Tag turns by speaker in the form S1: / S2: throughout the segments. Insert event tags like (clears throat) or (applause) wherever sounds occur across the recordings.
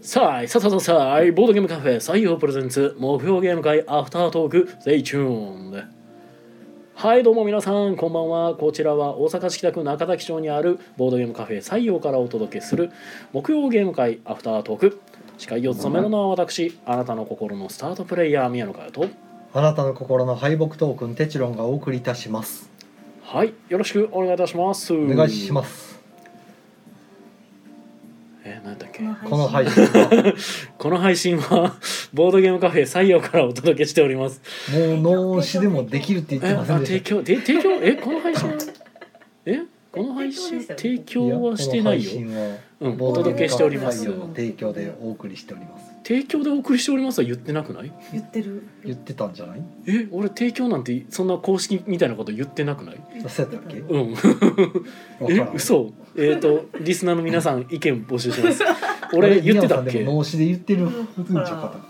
S1: さあい、さあさあさあさあい、ボードゲームカフェ採用プレゼンツ、目標ゲーム会アフタートーク、Stay tuned! はい、どうも皆さん、こんばんは。こちらは大阪市北区中崎町にあるボードゲームカフェ採用からお届けする木曜ゲーム会アフタートーク。司会を務めるのは私、あなたの心のスタートプレイヤー、宮野佳代と。
S2: あなたの心の敗北トークンテチロンがお送りいたします。
S1: はい、よろしくお願いいたします。
S2: お
S1: お。
S2: 願いしますす。
S1: え、なんだっけ
S2: この配信は
S1: この配信はボードゲームカフェ採用からお届けしております。
S2: もう脳死でもできるって言っ
S1: え、
S2: て
S1: あ
S2: ませんで
S1: 提
S2: し
S1: 供で提供えこの配信えこの配信提
S3: 提
S2: た。
S1: 供はしてないよ。
S2: いや
S1: うん
S2: こ
S1: お
S2: の配信を
S1: 届けしておりま
S2: ボ
S1: す
S2: ー。ドゲームカフェの提供でお送りしております。
S1: 提供でお送りしておりますは言ってなくない？
S3: 言ってる
S2: 言ってたんじゃない？
S1: え俺提供なんてそんな公式みたいなこと言ってなくない？
S2: そうやったっけ
S1: うん
S2: わ
S1: え
S2: からん。
S1: 嘘えっ、とリスナーの皆さ
S2: (laughs)
S1: ん意見募集します。俺言ってたっ
S2: 宮野さんで
S1: け？
S2: も脳死で言ってるんじゃなか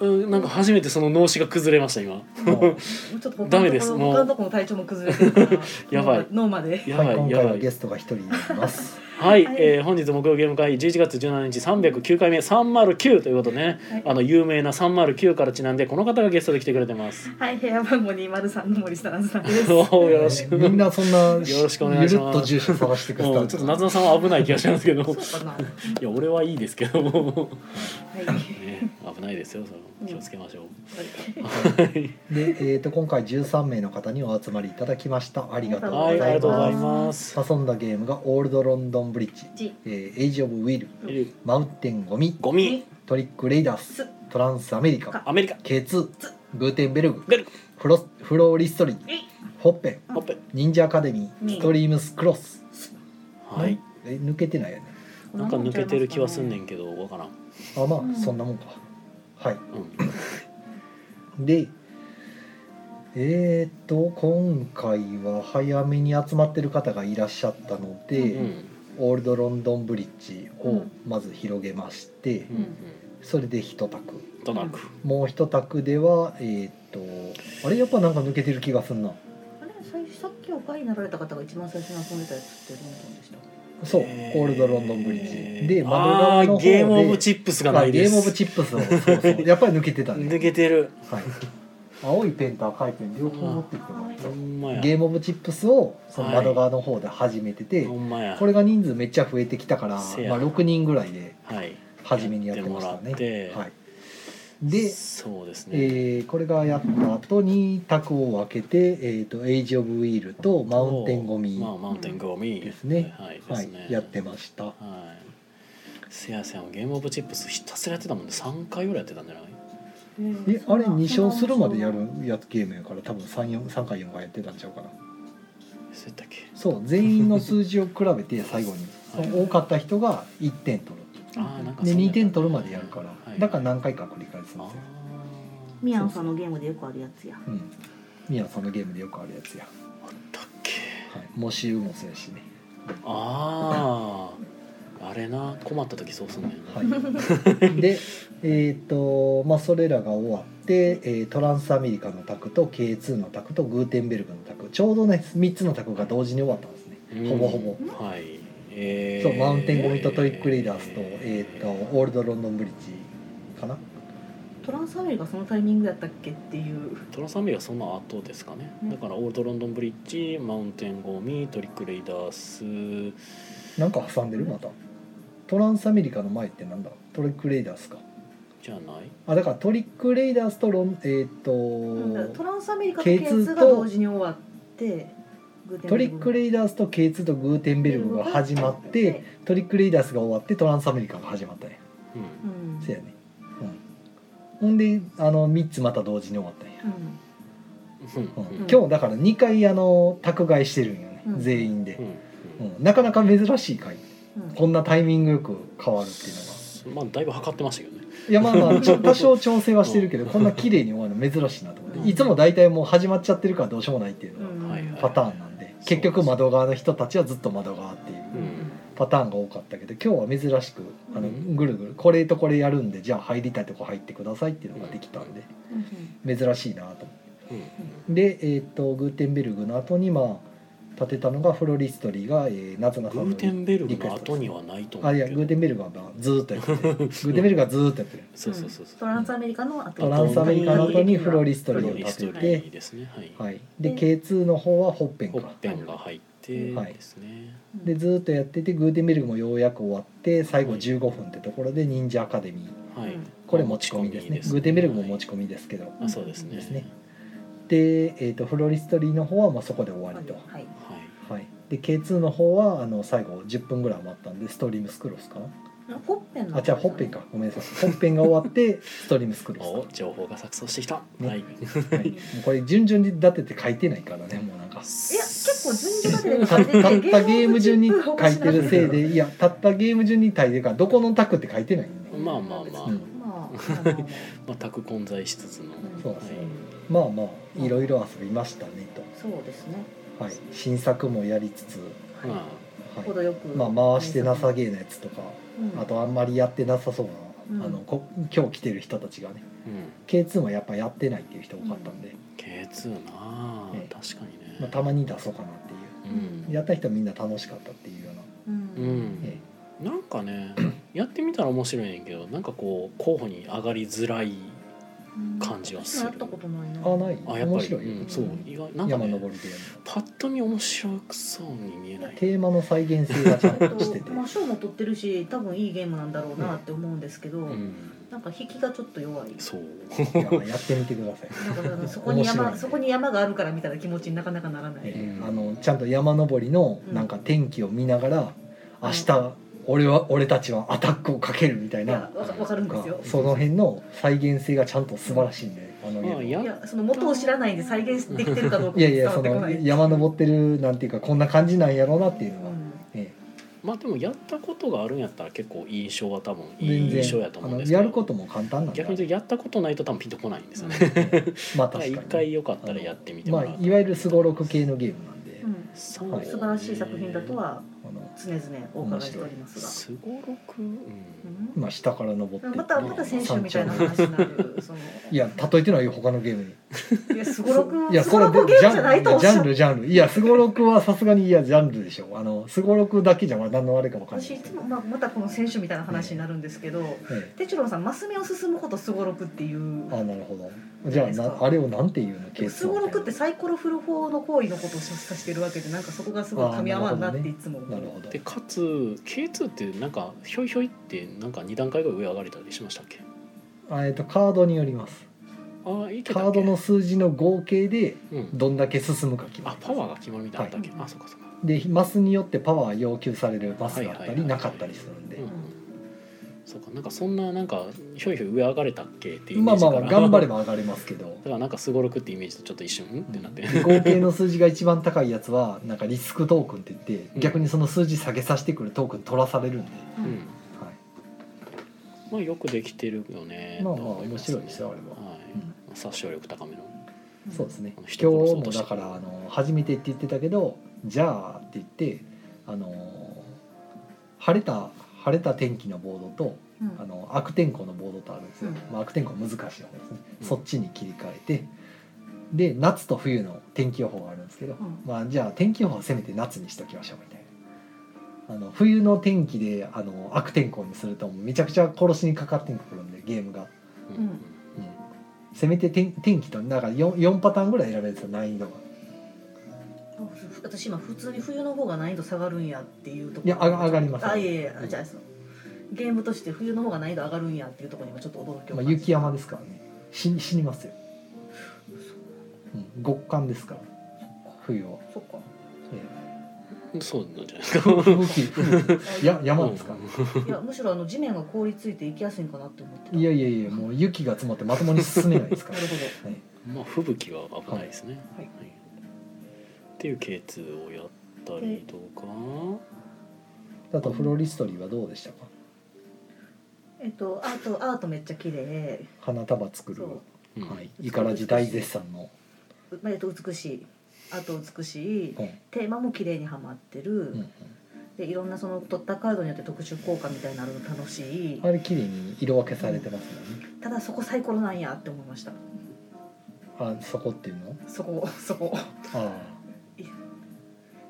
S1: うんなんか初めてその脳死が崩れました今。
S2: ったっけ？もう
S3: もうちょっと
S1: ダメですもう
S3: も他のとこの体調も崩れてるから
S1: やばい
S3: 脳まで
S1: やば
S2: はい
S1: い
S2: 今
S1: や
S2: 回
S1: ば
S2: はいゲ。ストが一人います。
S1: はい、
S3: はい
S1: えー本日木曜ゲーム会11月17日309回目309ということでね、
S3: はい
S1: あの有名な309からちなんでこの方がゲストで来てくれてます。
S3: はい部屋番号203の森下なずさ
S2: (laughs)
S3: んです
S1: おーよろしく。
S2: みんなそんなゆる
S1: よろしくお願いします
S2: っと住所探してくだ
S1: も
S2: さ
S1: う
S2: い。
S1: ちょっと夏野さんは危ない気がしますけど、
S3: そうかなはい
S1: や俺はいいですけども、
S3: い
S1: ね、危ないですよ。その気をつけましょう。
S2: はいで、えっ、と今回13名の方にお集まりいただきました。ありがとう
S1: は
S2: ござい
S1: い、
S2: ます。
S1: ありがとうございます。
S2: 遊んだゲームがオールドロンドンブリッジ、
S3: じ
S2: えーエイジオブウィル、
S3: うん
S1: いる
S2: マウンテンゴミ、
S1: ゴミ、
S2: トリックレイダース
S3: す、
S2: トランスアメリカ、
S1: アメリカ、
S2: K2、グーテンベルグ、
S1: ベルク、
S2: フロスフローリストリー、
S3: え
S2: ホッペン、
S1: ほっぺ。
S2: 忍者アカデミー、
S3: ね
S2: ストリームスクロス。
S1: はい。
S2: え抜けてないよね。
S1: なんか抜けてる気はすんねんけど、わからん。
S2: あまあ、
S3: うん
S2: そんなもんか。はい。
S1: うん。
S2: で、えー、っと今回は早めに集まってる方がいらっしゃったので、
S1: うん。うん。
S2: オールドロンドンブリッジ
S3: う
S2: を
S3: ん
S2: まず広げまして、
S1: うん
S2: それで一択。
S1: うん。となく。
S2: もう一択ではえーっとあれやっぱなんか抜けてる気がすんな
S3: あれ最初さっきお買いになられた方が一番最初に遊んでたやつってロンドンでした
S2: そう、
S1: え
S2: オールドロンドンブリッジで窓
S1: あ
S2: 側
S1: ー
S2: の方で
S1: ゲームオブチップスがないです
S2: あゲームオブチップスをそう
S1: (laughs)
S2: そうやっぱり抜けてたね
S1: 抜けてる
S2: はい、青いペンと赤いペン両方持ってきてもらっ
S1: ほんま
S2: た
S1: や
S2: ゲームオブチップスをその窓側の方で始めてて、
S1: ほんまや
S2: これが人数めっちゃ増えてきたから、まあ、
S1: せや
S2: 6人ぐらいで
S1: はい
S2: 初めにやってました
S1: やって
S2: ね
S1: もら
S2: は
S1: っ
S2: いで
S1: そうですね
S2: えーこれがやった後に卓を分けて、えー、とエイジ・オブ・ウィールとマウンテン・ゴミ、
S1: まあマウンテンゴミ
S2: ですね
S1: はいで
S2: は
S1: す
S2: い
S1: ね
S2: やってました
S1: はいせやせやゲームオブチップスひたすらやってたもんね三回ぐらいやってたんじゃない
S2: えあれ2勝するまでやるやつゲームやから多分 3, 3回4回やってたんちゃうかな
S1: そうやったっけ
S2: そう全員の数字を比
S1: (laughs)
S2: べて最後に
S1: はい
S2: その多かった人が1点取る
S1: あーなんか
S2: で
S1: そうやった
S2: 2点取るまでやるから、
S1: はい
S2: だから何回か繰り返すんで
S1: あ
S2: すよ、
S1: ー
S3: ミヤンさんのゲームでよくあるやつや
S2: うん、ミヤさんのゲームでよくあるやつや、
S1: あったっけ
S2: はい、模試もそうやしね
S1: あああれな困った時そうすんねんな
S2: はい、 (laughs) で、えーとまあ、それらが終わって、えートランスアメリカの卓と K2 の卓とグーテンベルグの卓ちょうどね3つの卓が同時に終わったんですね、
S1: うん
S2: ほぼほぼ、
S1: はいえー
S2: そうマウンテンゴミとトリックレイダースと,、えー、とオールドロンドンブリッジかな
S3: トランスアメリがそのタイミングやったっけっていう
S1: トラサミがその後ですかね、
S3: うん
S1: だからオールドロンドンブリッジマウンテンゴミトリックレイダース
S2: なんか挟んでるまたトランスアメリカの前ってなんだトリックレイダースか
S1: じゃない
S2: あだからトリックレイダースとロンえっ、
S3: なんだト
S2: と
S3: ランスアメリカと
S2: K2
S3: K2 が
S2: と
S3: 同時に終わってグーテンベルグ
S2: トリックレイダースと K2 とグーテンベルグが始まってトリックレイダースが終わってトランスアメリカが始まったね
S1: うん
S3: うん
S2: そうやね。うん。ほんで、あの三つまた同時に終わったんや。
S3: うん
S1: うん
S2: う
S1: うんん
S3: ん
S2: 今日だから二回あの宅買いしてるんよね。
S3: うん
S2: 全員で
S1: う、
S2: うんん。なかなか珍しい回。
S3: うん
S2: こんなタイミングよく変わるっていうのが。
S1: うんまあだいぶ測ってましたけどね
S2: いやまあまあ
S3: (laughs)
S2: ちょ多少調整はしてるけど、こんな綺麗に終わるの珍しいなと思っ
S3: う
S2: て。
S3: ん
S2: いつも大体もう始まっちゃってるからどうしようもないっていう
S3: う
S2: のが
S3: ん
S1: はいはい
S2: パターンなんで、結
S1: そ
S2: 局
S1: うそう
S2: 窓側の人たちはずっと窓側っていう。
S1: う
S3: うん
S1: ん
S2: パターンが多かったけど今日は珍しくあの
S1: うん
S2: ぐるぐるこれとこれやるんでじゃあ入りたいとこ入ってくださいっていうのができたんで珍しいなと思って
S1: うん
S2: で、えー、とグーテンベルグの後にまあ立てたのがフロリストリーが、えー、夏菜さ
S1: グ
S2: ん
S1: ーテンベルグの後
S2: です
S1: にはないと思
S2: あ
S1: う
S2: い
S1: けど
S2: やグーテンベルグはなずーっと
S1: (laughs)
S2: やってるグーテンベルグはずーっとやってる
S1: そうそうそうそう
S3: トランスアメリカの後
S2: トランスアメリカの後にフロリストリ
S1: フ
S2: ー
S1: ロ
S2: を
S1: リス
S2: 立
S1: ト
S2: て
S1: リ
S2: て
S1: ーですねはい、
S2: はい、で
S3: うん
S2: K2 の方はホッペン
S1: ほ
S2: か
S1: っぺんが入って
S2: はい
S1: ですね、
S2: でずーっとやっててグーテンベルグもようやく終わって最後
S1: はい
S2: 15分ってところで忍者アカデミー
S1: はい、
S3: うん
S2: これ持ち込みですねグーテンベルグも持ち込みですけど、
S1: はいあそうですね
S2: ですねで、えー、とフロリストリーの方はまあそこで終わりと、は
S3: はい
S1: はい
S2: いで K2 の方はあの最後10分ぐらい余ったんでストリームスクロスかな
S3: ホッペン
S2: あじゃあホッペンかごめんなさいホッペンが終わってストリームスクロ
S1: お
S2: ス
S1: 情報が錯綜してきた、
S2: ね
S1: はい
S2: か、はい、もうこれ順々に立てて書いてないからねもうなんか
S3: いや結構順序
S1: で
S3: 立てて
S2: たったゲーム順に書いてるせいでいやたったゲーム順に書いてるからどこのタクって書いてないんで
S1: まあまあまあ
S2: うん
S3: まあまあまあ
S1: 全く混在しつつの、
S2: そうです
S1: ね
S2: まあまあいろいろ遊びましたね
S3: そうですね
S2: と、はい、新作もやりつつ、
S3: はい
S1: ま
S2: はい
S3: 程よく
S2: まあ、回してなさげなやつとかあとあんまりやってなさそうな、
S3: うん
S2: あのこ今日来てる人たちがね
S1: あ、うん
S2: K2 もやっぱやってないっていう人多かったんで、
S1: K2 なあ、
S2: ええ
S1: 確かにね、、
S2: まあ、たまに出そうかなっていううんやった人はみんな楽しかったっていうような、
S3: うん
S1: う
S2: え
S1: んなんかね (clears throat) やってみたら面白いねんけどなんかこう候補に上がりづらい感じはする
S3: 私もやったことないな
S2: えあな
S1: あ
S2: い
S1: やっぱ
S2: 面
S1: り
S2: 白
S1: う、
S2: い、うんん
S1: そう意外なんか、
S2: 山
S1: ね、
S2: 登りでやる
S1: パッと見面白くそうに見えない
S2: テーマの再現性がちゃん
S3: えっ
S2: としてて
S3: とまあ賞も取ってるし多分いいゲームなんだろうなって思うんですけど、
S1: うん
S3: なんか引きがちょっと弱い
S2: (laughs)
S1: そう
S2: いややってみてくださ
S3: (laughs)
S2: い、
S3: なんかだからそこに
S2: 面白い
S3: 山
S2: ね
S3: そこに山があるからみたいな気持ちになかなかならない、
S2: ええ
S1: うん
S2: あのちゃんと山登りの
S3: うん
S2: なんか天気を見ながら、明日俺は俺たちはアタックをかけるみたい
S3: いや
S2: な
S3: わかわかるんですよ
S2: がその辺の再現性がちゃんと素晴らしいんであのゲーム
S1: まあ
S2: はい
S1: や
S3: いやその元を知らないんで再現できてるかどうか
S2: いやい
S3: 伝
S2: や
S3: わ
S2: そ
S3: ってこな
S2: の
S3: い
S2: 山登ってるなんていうかこんな感じなんやろうなっていうのは、え
S1: まあでもやったことがあるんやったら結構印象は多分
S2: え
S1: いい
S2: 全
S1: 印象
S2: 然
S1: やと
S2: あ
S1: 思うん
S2: の
S1: ですけど
S2: やることも簡単なんだ
S1: 逆に言うとやったことないと多分ピンとこないんですよね、だから
S2: まあ確
S1: 一
S2: かに
S1: 回よかったらやってみて
S2: ま
S1: も
S2: あ
S1: らうと
S2: いわゆるすごろく系のゲームなんで、
S3: うんうん
S1: そう
S2: はい
S3: 素晴らしい作品だとは
S2: あの
S3: 常々お伺いしております
S1: すごろく、うん
S3: が、
S2: 今下から登って
S3: うん、
S2: って
S3: またまた選手みたいな
S2: 山頂
S3: 話になるその
S2: いや例えてないよ他のゲームに
S3: いやすごろく
S2: いや
S3: す
S2: そ
S3: ご
S2: れ
S3: ろく
S2: で
S3: ゲ
S2: ジ
S3: ームじゃな
S2: ャ
S3: い
S2: ン
S3: とお
S2: ル
S3: っ
S2: ジャ
S3: しゃる
S2: ンルジャンルいやすごろくはさすがにいやジャンルでしょあのすごろくだけじゃまあ何のあれか分かんない
S3: 私
S2: で
S3: い
S2: す
S3: つ
S2: けど
S3: も、まあ、またこの選手みたいな話になるんですけど、
S2: え
S3: テチロンさんマス目を進むことすごろくっていう
S2: えあなるほどじゃあ
S3: そうです
S2: な
S3: か
S2: あれをなんていうのケース
S3: すごろくってサイコロ振る方の行為のことを指してるわけでなんかそこがすごい噛み合わんなっていつも思う
S2: なるほど
S1: でかつ K2 ってなんかひょいひょいってなんか2段階ぐらい上上がれたりしましたっけ
S2: あえっとカードによります
S1: あいけた
S2: カ
S1: っ
S2: ー
S1: け
S2: ドの、数字の合計で
S1: うん、
S2: どんだけ進むか決ま
S1: あ
S2: る
S1: パワーが決まるみたいなのあったっけ、
S3: はい
S1: あそうかそうか、
S2: でマスによってパワー要求されるマスがあ
S1: はい
S2: った
S1: はいは
S2: り
S1: い
S2: なかったりするんで
S1: うんそうかなんかそんななんかひょいひょい上上がれたっけっていうイメ
S2: ま
S1: ー
S2: あ
S1: ジ
S2: ま
S1: から、
S2: あまあ頑張れ
S1: だ
S2: ば上がれますけど
S1: からなんかすごろくってイメージとちょっと一瞬んってなって、
S2: 合計の数字が一番高いやつはなんかリスクトークンって言って
S1: うん
S2: 逆にその数字下げさせてくるトークン取らされるんで、
S3: う
S1: うんん、
S2: はい、
S1: まあよくできてるよね
S2: まあまあ
S1: とは思いす
S2: 面白いですよあれは
S1: はい
S2: うん
S1: 殺傷力高めの
S2: そうですね
S1: あの
S2: 今日
S1: 人殺そう
S2: も
S1: として
S2: だからあの初めてって言ってたけどじゃあって言ってあの晴れた晴れた天気のボードと
S3: うん
S2: あの悪天候のボードとあるんですよ、
S3: うん
S2: まあ、悪天候は難しい方ですね、
S1: うん
S2: そっちに切り替えてで夏と冬の天気予報があるんですけど、
S3: ん
S2: まあ、じゃあ天気予報はせめて夏にしときましょうみたいなあの冬の天気であの悪天候にするともうめちゃくちゃ殺しにかかってくるんでゲームが、
S1: うん
S3: うん
S2: うんせめて天天気となんか 4, 4パターンぐらい選べるんですよ難易度が
S3: 私今普通に冬の方が難易度下がるんやっていうところ
S2: いや上が上がります
S3: あいやいや
S2: うん
S3: じゃあそのゲームとして冬の方が難易度上がるんやっていうところにもちょっと驚きを
S2: まあ、
S3: 感じ
S2: 雪山ですからね死に死にますよ、うん、極寒ですから冬は、
S3: そっか
S2: え
S1: そうなんじゃないですか
S2: え吹雪吹雪や山ですから、
S3: いやむしろあの地面が凍りついて行きやすいんかなって思ってた
S2: いやいやいやもう雪が積もってまともに進めないですか
S3: な
S2: ら、
S3: るほど
S2: はい
S1: まあ吹雪は危ないですね。
S3: はい
S1: っていう K2 をやったりとか、
S2: あとフロリストリーはどうでしたか
S3: えっとアートアートめっちゃ綺麗
S2: 花束作る
S3: そ
S1: うん
S2: はいイカラジ大絶賛の、
S3: う、まあえっと、美しいアート美しい
S2: うん
S3: テーマも綺麗にはまってる、
S2: うん
S3: でいろんなその取ったカードによって特殊効果みたいなのあるの楽しい、
S2: うん、あれ綺麗に色分けされてますもんね、
S3: ただそこサイコロなんやって思いました (laughs)
S2: あそこっていうの
S3: そこそこ
S2: ああ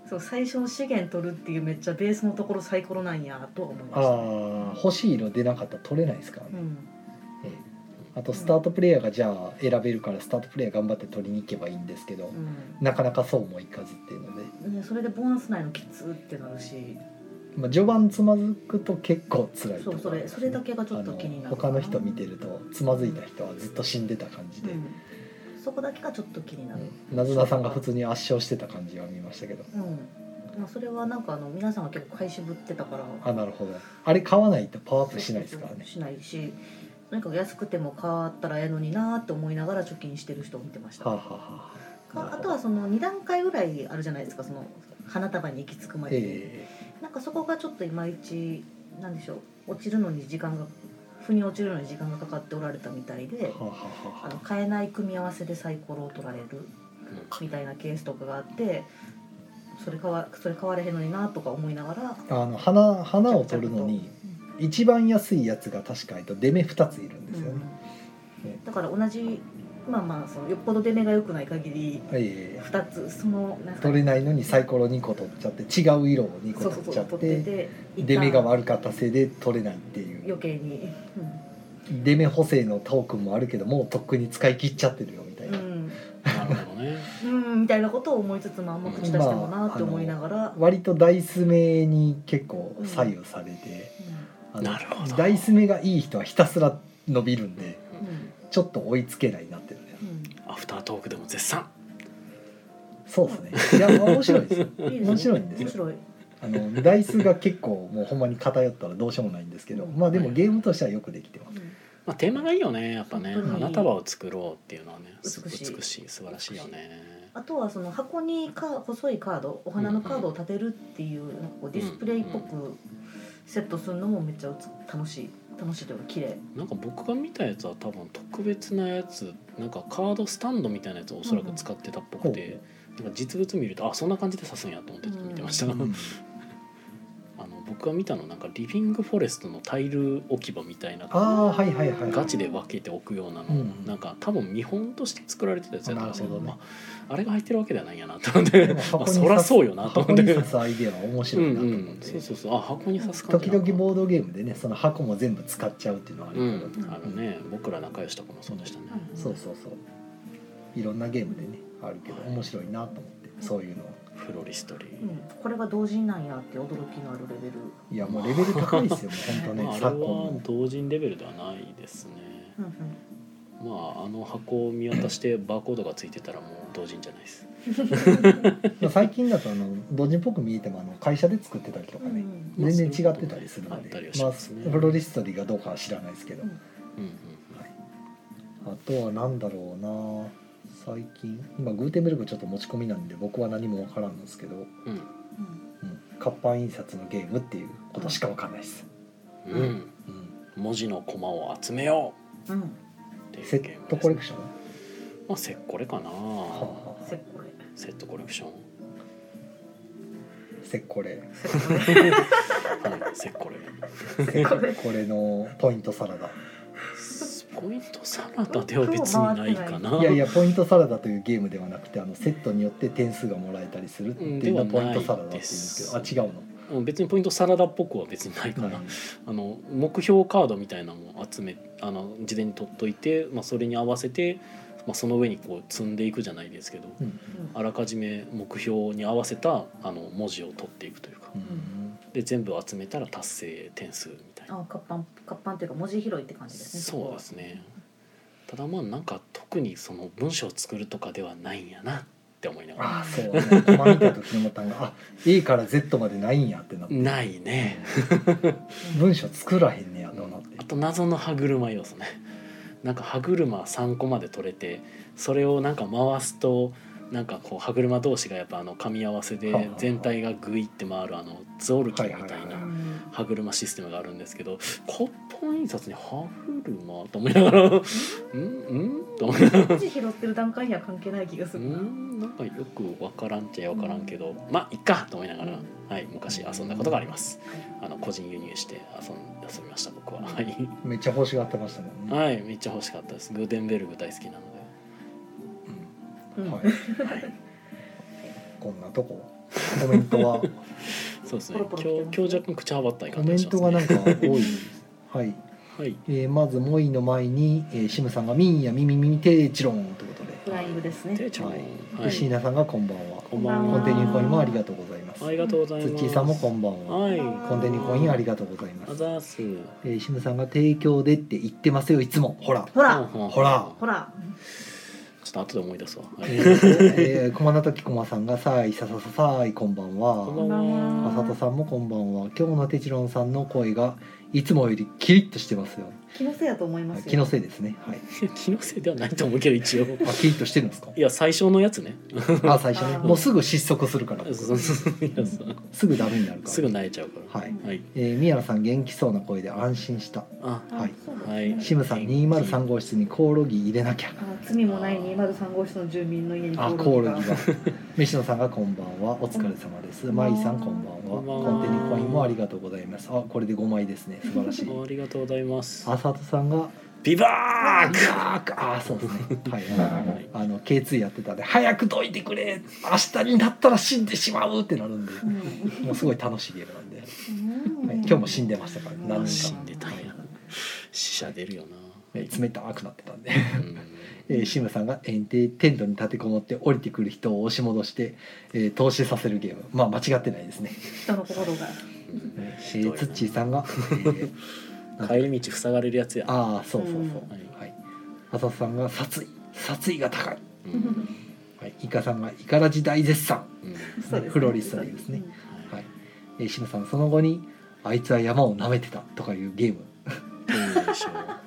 S3: そう最初の資源取るっていうめっちゃベースのところサイコロなんやとは思いました、
S2: ああ欲しい色出なかったら取れないですからね、
S3: うん、
S2: ええあとスタートプレイヤーがじゃあ選べるからスタートプレイヤー頑張って取りに行けばいいんですけど、なかなかそうもいかずっていうので、
S3: うんね、それでボーナス内のキツってなるし
S2: まあ、序盤つまずくと結構辛いと
S3: そ
S2: こ
S3: う
S2: ろ
S3: それそれだけがちょっと気になる
S2: あの他の人見てるとつまずいた人はずっと死んでた感じで、
S3: うん、そこだけがちょっと気になる、
S2: うんなずなさんが普通に圧勝してた感じは見ましたけど
S3: うんまあ、それはなんかあの皆さんが結構買い渋ってたから
S2: あなるほどあれ買わないとパワーアップしないですからね
S3: しないしとにかく安くても買ったらええのになーって思いながら貯金してる人を見てました、
S2: はあ、はあは
S3: か
S2: あ
S3: あとはその2段階ぐらいあるじゃないですかその花束に行き着くまでに、
S2: え
S3: なんかそこがちょっといまいちなんでしょう落ちるのに時間が腑に落ちるのに時間がかかっておられたみたい
S2: え
S3: で
S2: はあはあ
S3: あ
S2: は
S3: の買えない組み合わせでサイコロを取られる
S1: う
S3: みたいなケースとかがあってそれ買わそれ買われへんのになとか思いながら
S2: ああの花花を取るのに一番安いやつが確かえっと出目2ついるんですよね、
S3: うんだから同じまあまあそのよっぽど出目が良くない限り
S2: ええ
S3: 2つそのなんか
S2: 取れないのにサイコロ2個取っちゃって違う色を2個
S3: そう
S2: 取っ
S3: そう
S2: ち
S3: そ
S2: ゃ
S3: う
S2: っ
S3: 取って
S2: て
S3: て
S2: 出目が
S3: 一旦
S2: 悪かったせいで取れないっていう
S3: 余計に、
S2: 出目補正のトークンもあるけどもうとっくに使い切っちゃってるよみたい
S3: うんう
S2: な、
S3: ん
S1: なるほどね
S3: うんみたいなことを思いつつもあんま口出してもなって思いながら、
S2: 割とダイス目に結構左右されて、あの
S1: なるほど
S2: ダイス目がいい人はひたすら伸びるんで
S3: うんうん
S2: ちょっと追いつけないなってるね
S3: う
S1: アフタートークでも絶賛
S2: そうですねいや面白いですよ
S3: んいいですね
S2: 面白いんです
S3: 面
S2: よ
S3: 白い
S2: あのダイスが結構もうほんまに偏ったらどうしようもないんですけどまあでもゲームとしてはよくできてます
S1: まあテーマがいいよねやっぱね
S3: 本当に
S1: 花束を作ろうっていうのはねす
S3: 美しい
S1: 美しい素晴らしいよね
S3: あとはその箱にか細いカードお花のカードを立てるっていうなんかこうディスプレイっぽくセットするのもめっちゃうつ楽しい楽しいというか綺麗
S1: なんか僕が見たやつは多分特別なやつなんかカードスタンドみたいなやつをおそらく使ってたっぽくて、なんか実物見るとあそんな感じで刺すんやと思って見てました、
S2: うん
S1: (laughs) あの僕が見たのなんかリビングフォレストのタイル置き場みたいな
S2: ああはいはいはい
S1: ガチで分けておくようなの、
S2: うん
S1: なんか多分見本として作られてたやつやったんですけど
S2: なるほど
S1: まあ、あれが入ってるわけではないんやなと思って、
S2: でも
S1: ま
S2: 箱
S1: あ、
S2: に
S1: そらそうよなと思
S2: 箱
S1: っ
S2: に
S1: て
S2: 刺。すアイデアは面
S1: う
S2: 白い
S1: ん
S2: なと
S1: う
S2: 思っ
S1: ん、
S2: て、
S1: そうそうそうあ箱に刺す感
S2: 時
S1: じなの
S2: 々ボードゲームでねその箱も全部使っちゃうっていうのはある
S1: う
S2: から、
S1: んあのね僕ら仲良しとかもそうでしたね、
S2: そうそうそういろんなゲームでねあるけど面白いなと思ってそういうのは
S1: フロリストリ
S3: うんこれが同時なんやって驚きのあるレベル、
S2: いやもうレベル高いです
S1: (laughs)
S2: よ
S1: ー、
S2: もう本当ね
S1: まあ、あれ
S2: 昨今
S1: は
S2: の
S1: 同人レベルではないですねまああの箱を見渡してバーコードがついてたらもう同人じゃないです
S2: まあ最近だとあの同人っぽく見えてもあの会社で作ってたりとかね、
S1: うん
S2: 全然違ってたりするの
S1: あったり
S2: で
S1: は、し
S2: まあ、
S1: ますね
S2: プロリストリーがどうかは知らないですけど、
S3: うん
S1: うんうん
S2: あとは何だろうな最近今グーテンベルクちょっと持ち込みなんで僕は何もわからんんですけど、
S1: うん
S2: うん、活版印刷のゲームっていうことしかわかんないです、
S1: うん、うん
S2: うん、
S1: 文字のコマを集めよ
S3: う
S1: う
S3: ん
S1: っていう
S2: セ
S1: ゲームです、ね
S2: ッ、トコレクション、
S1: まあセッコレかな
S2: はあ
S3: せっこれ
S1: セットコレクション
S2: セッコレ
S3: せっこれ
S1: はいセッコレ
S2: セッコレのポイントサラダ
S1: ポイントサラダでは別にないかない
S2: やいやポイントサラダというゲームではなくてあのセットによって点数がもらえたりするっていうのを
S1: うんで
S2: ポ
S1: は
S2: イ
S1: な
S2: ン
S1: い
S2: トサラダっていうんで
S1: ですす
S2: けどあ違うの
S1: うん別にポイントサラダっぽくは別にないかな、
S2: はい
S1: あの目標カードみたいなのを集めあの事前に取っといて、まあ、それに合わせて、まあ、その上にこう積んでいくじゃないですけど
S2: うん
S1: あらかじめ目標に合わせたあの文字を取っていくというか
S2: うん
S1: で全部集めたら達成点数みたいな
S3: あ活版活版っていうか文字拾いって感じですね
S1: そうですすねただまあなんか特にその文章を作るとかではないんやなって思いながら
S2: ああそうねコマ見た時に思ったのがあ A から Z までないんやってなって
S1: ないね
S2: 文章作らへんねやとなって
S1: あと謎の歯車要素ねなんか歯車3個まで取れてそれをなんか回すとなんかこう歯車同士がやっぱあの噛み合わせ
S2: はあはあ
S1: で
S2: はあ
S1: 全体がグイって回るあのツオルキみた
S2: はい
S1: い
S2: はいは
S1: な
S3: う
S2: い
S3: ん
S1: 歯車システムがあるんですけど活版印刷に歯車と思いな
S2: (laughs)
S1: がらうんうんと思いながら。
S3: 文字拾ってる段階には関係ない気がす
S1: う
S3: るな、
S1: んなんかよくわからんっちゃわからんけどまあいっかと思いながら、はい、昔遊んだことがありますあの個人輸入して遊ん遊びました僕ははい
S2: めっちゃ欲しがってましたもんね、
S1: はい、めっちゃ欲しかったです。グーデンベルグ大好きなので。
S3: うん
S2: はい
S1: はい。
S2: こんなとこコメント
S1: (laughs)
S2: は
S1: そうです
S3: ポ
S1: ね
S3: ロポ
S1: 今
S3: ロ
S1: 日
S3: 来てますね
S1: 今日若干口はばったい
S2: コ
S1: 感じ
S2: メ
S1: が
S2: ン
S1: します
S2: ト
S1: ね
S2: がなんか多いはい、
S1: はい
S2: えーまずモイの前に、えーシムさんが「ミンやミミミミテーチロン」ということで
S3: フライングですね。
S1: てちゃん
S2: は
S1: はいい
S2: で椎名さんがこんばんは。
S1: こんばん
S2: コ
S1: は
S2: ンテニューコインもありがとうございます。
S1: ありがとうござい
S2: ツッ
S1: ます
S2: キーさんもこんばんは。
S1: はい
S2: コンテニューコインあり
S3: が
S2: がとうございま
S1: あ
S2: す。
S1: ざーす
S2: えー、シムさんが提供でって言ってますよ、いつも。ほら。
S3: ほら、
S1: ほ
S2: ほら
S3: ほら、
S1: ちょっと後で思い出すわは
S2: え
S1: い
S2: ーえー、駒名時駒さんがさあいささささあいこんばん
S1: こんば
S2: は。
S1: んは
S2: まさとさんもこんばんは。今日のテチロンさんの声がいつもよりキリッとしてますよ。
S3: 気のせいだと思いますよ。
S2: 気のせいですね。はい。
S1: 気のせいではないと思うけど一応
S2: あ、キリッとしてる
S1: (laughs)
S2: んですか
S1: い。や最初のやつね
S2: あ、最初ね。
S3: あー
S2: もうすぐ失速するから。
S1: そうそうそういやそう
S2: すぐダメになるから。
S1: すぐ。泣いちゃうか
S2: はい。
S1: らはい
S2: えー、宮野さん元気そうな声で安心した。
S1: あ
S3: あ
S2: はい
S3: そうです
S1: はい
S2: シムさん203号室にコオロギ入れなきゃ。
S3: あ罪もない203号室の住民の家に
S2: あ、コオロ (laughs) ギが。飯野さんがこんばんは。お疲れ様です。マイさんこんばん
S1: こ
S2: は。
S1: んばんは
S2: コンテニコインもありがとうございます。あ、これで5枚ですね。素晴らしい。 (laughs)
S1: ありがとうございます
S2: あさとさんが。
S1: ビバー
S2: あ
S1: ン
S2: ーあー、そうですね。はいい。あの K2 やってたんで早くどいてくれ。明日になったら死んでしまうってなるんで、
S3: うん
S2: もうすごい楽しいゲームなんで。
S3: うん
S2: はい今日も死んでましたからね何
S1: 死
S2: 人
S1: んでたんや死者出るよな
S2: えー冷たくなってたんで。
S1: うん
S2: えー、シムさんが園庭テントに立てこもって降りてくる人を押し戻して、えー投資させるゲームまあ間違ってないですね、
S3: 人の心が
S1: うん
S2: え
S1: ひどい
S2: ー、
S1: な
S2: ツッチーさんが、え
S1: (laughs)
S2: ー
S1: 帰り道塞がれるやつや
S2: ああそうそうそう、
S1: うん
S2: はい浅田さんが殺意殺意が高い、
S1: うん
S2: はい、イカさんがイカラジ大絶賛、
S1: うん
S3: そうですね
S2: フロリストリーですね
S3: うん
S2: はいえー、シムさんその後に「あいつは山を舐めてた」とかいうゲーム
S1: うんでしょうは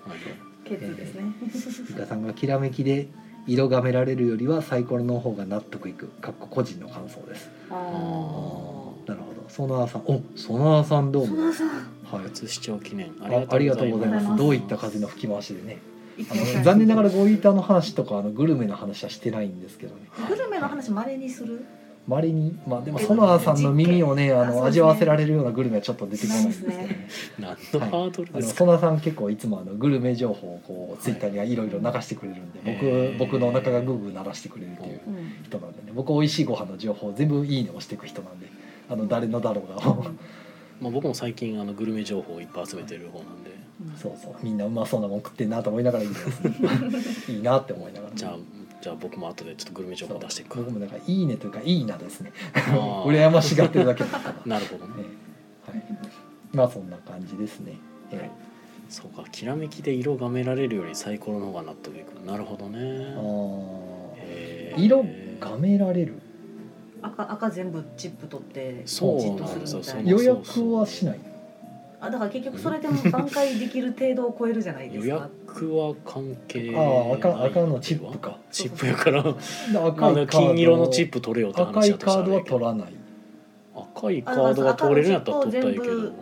S3: ケツですね。
S2: イカさんがきらめきで色がめられるよりはサイコロの方が納得いくかっこ個人の感想です
S3: (laughs) ああ。
S2: なるほどソナーさんおソナーさんどう
S3: そ
S2: も
S3: のさん、
S2: はい
S1: い初視聴記念
S2: あありがとうございます
S3: ありがとうございます
S2: どういった風の吹き回しでね
S3: いつ
S2: あ
S3: も
S2: の残念ながらゴイーターの話とかあのグルメの話はしてないんですけどね
S3: グルメの話まれにする。
S2: まれにまあでもソナーさんの耳をねあ
S3: あそうです
S2: の
S3: ね
S2: 味わわせられるようなグルメはちょっと出てこないんですけど
S3: そうで
S2: ね
S1: 何のハードル
S2: あ
S1: で
S2: の
S1: すか
S2: ソナーさん結構いつもあのグルメ情報をこうツイッターにいろいろ流してくれるんで
S1: へー
S2: 僕僕のお腹がグーグー鳴らしてくれるっていう
S3: うん。
S2: 人なんでね僕美味しいご飯の情報を全部いいね押していく人なんであの誰のだろうが
S1: まあ僕も最近あのグルメ情報をいっぱい集めてる方なんで
S2: そうそうみんなうまそうなもん食ってんなと思いながらいいです、
S3: (laughs)
S2: いいなって思いながら
S1: じゃあじゃあ僕も後でちょっとグルメ情報出していく
S2: 僕もなんかいいねというかいいなですね。
S1: あー
S2: 羨ましがってるだけだから。
S1: (laughs)
S2: ね
S1: なるほどね
S2: はい。まあそんな感じですね。え
S1: そうかきらめきで色がめられるよりサイコロの方が納得いくなるほど
S2: ー
S1: ね
S2: あ
S1: へ
S2: ー
S1: ー
S2: 色がめられる。
S3: 赤赤全部チップ取って
S1: そうなんですよ
S3: チッとするみたいな
S1: そう
S2: 予約はしない。
S3: あだから結局それでも挽回できる程度を超えるじゃないで
S1: 予
S3: すか。
S1: 約は関係
S2: ああ赤赤のチップか。
S1: チップやから
S2: で
S1: ま
S2: 赤
S1: あ、金色のチッ
S2: プ。
S1: プ取れよって
S2: 赤
S1: 話
S2: い
S1: だとした
S2: カード
S1: ら
S2: は取らない。
S1: 赤いカードが取れるんやったら取ったらいいけ
S3: あの赤の
S1: ど
S3: チ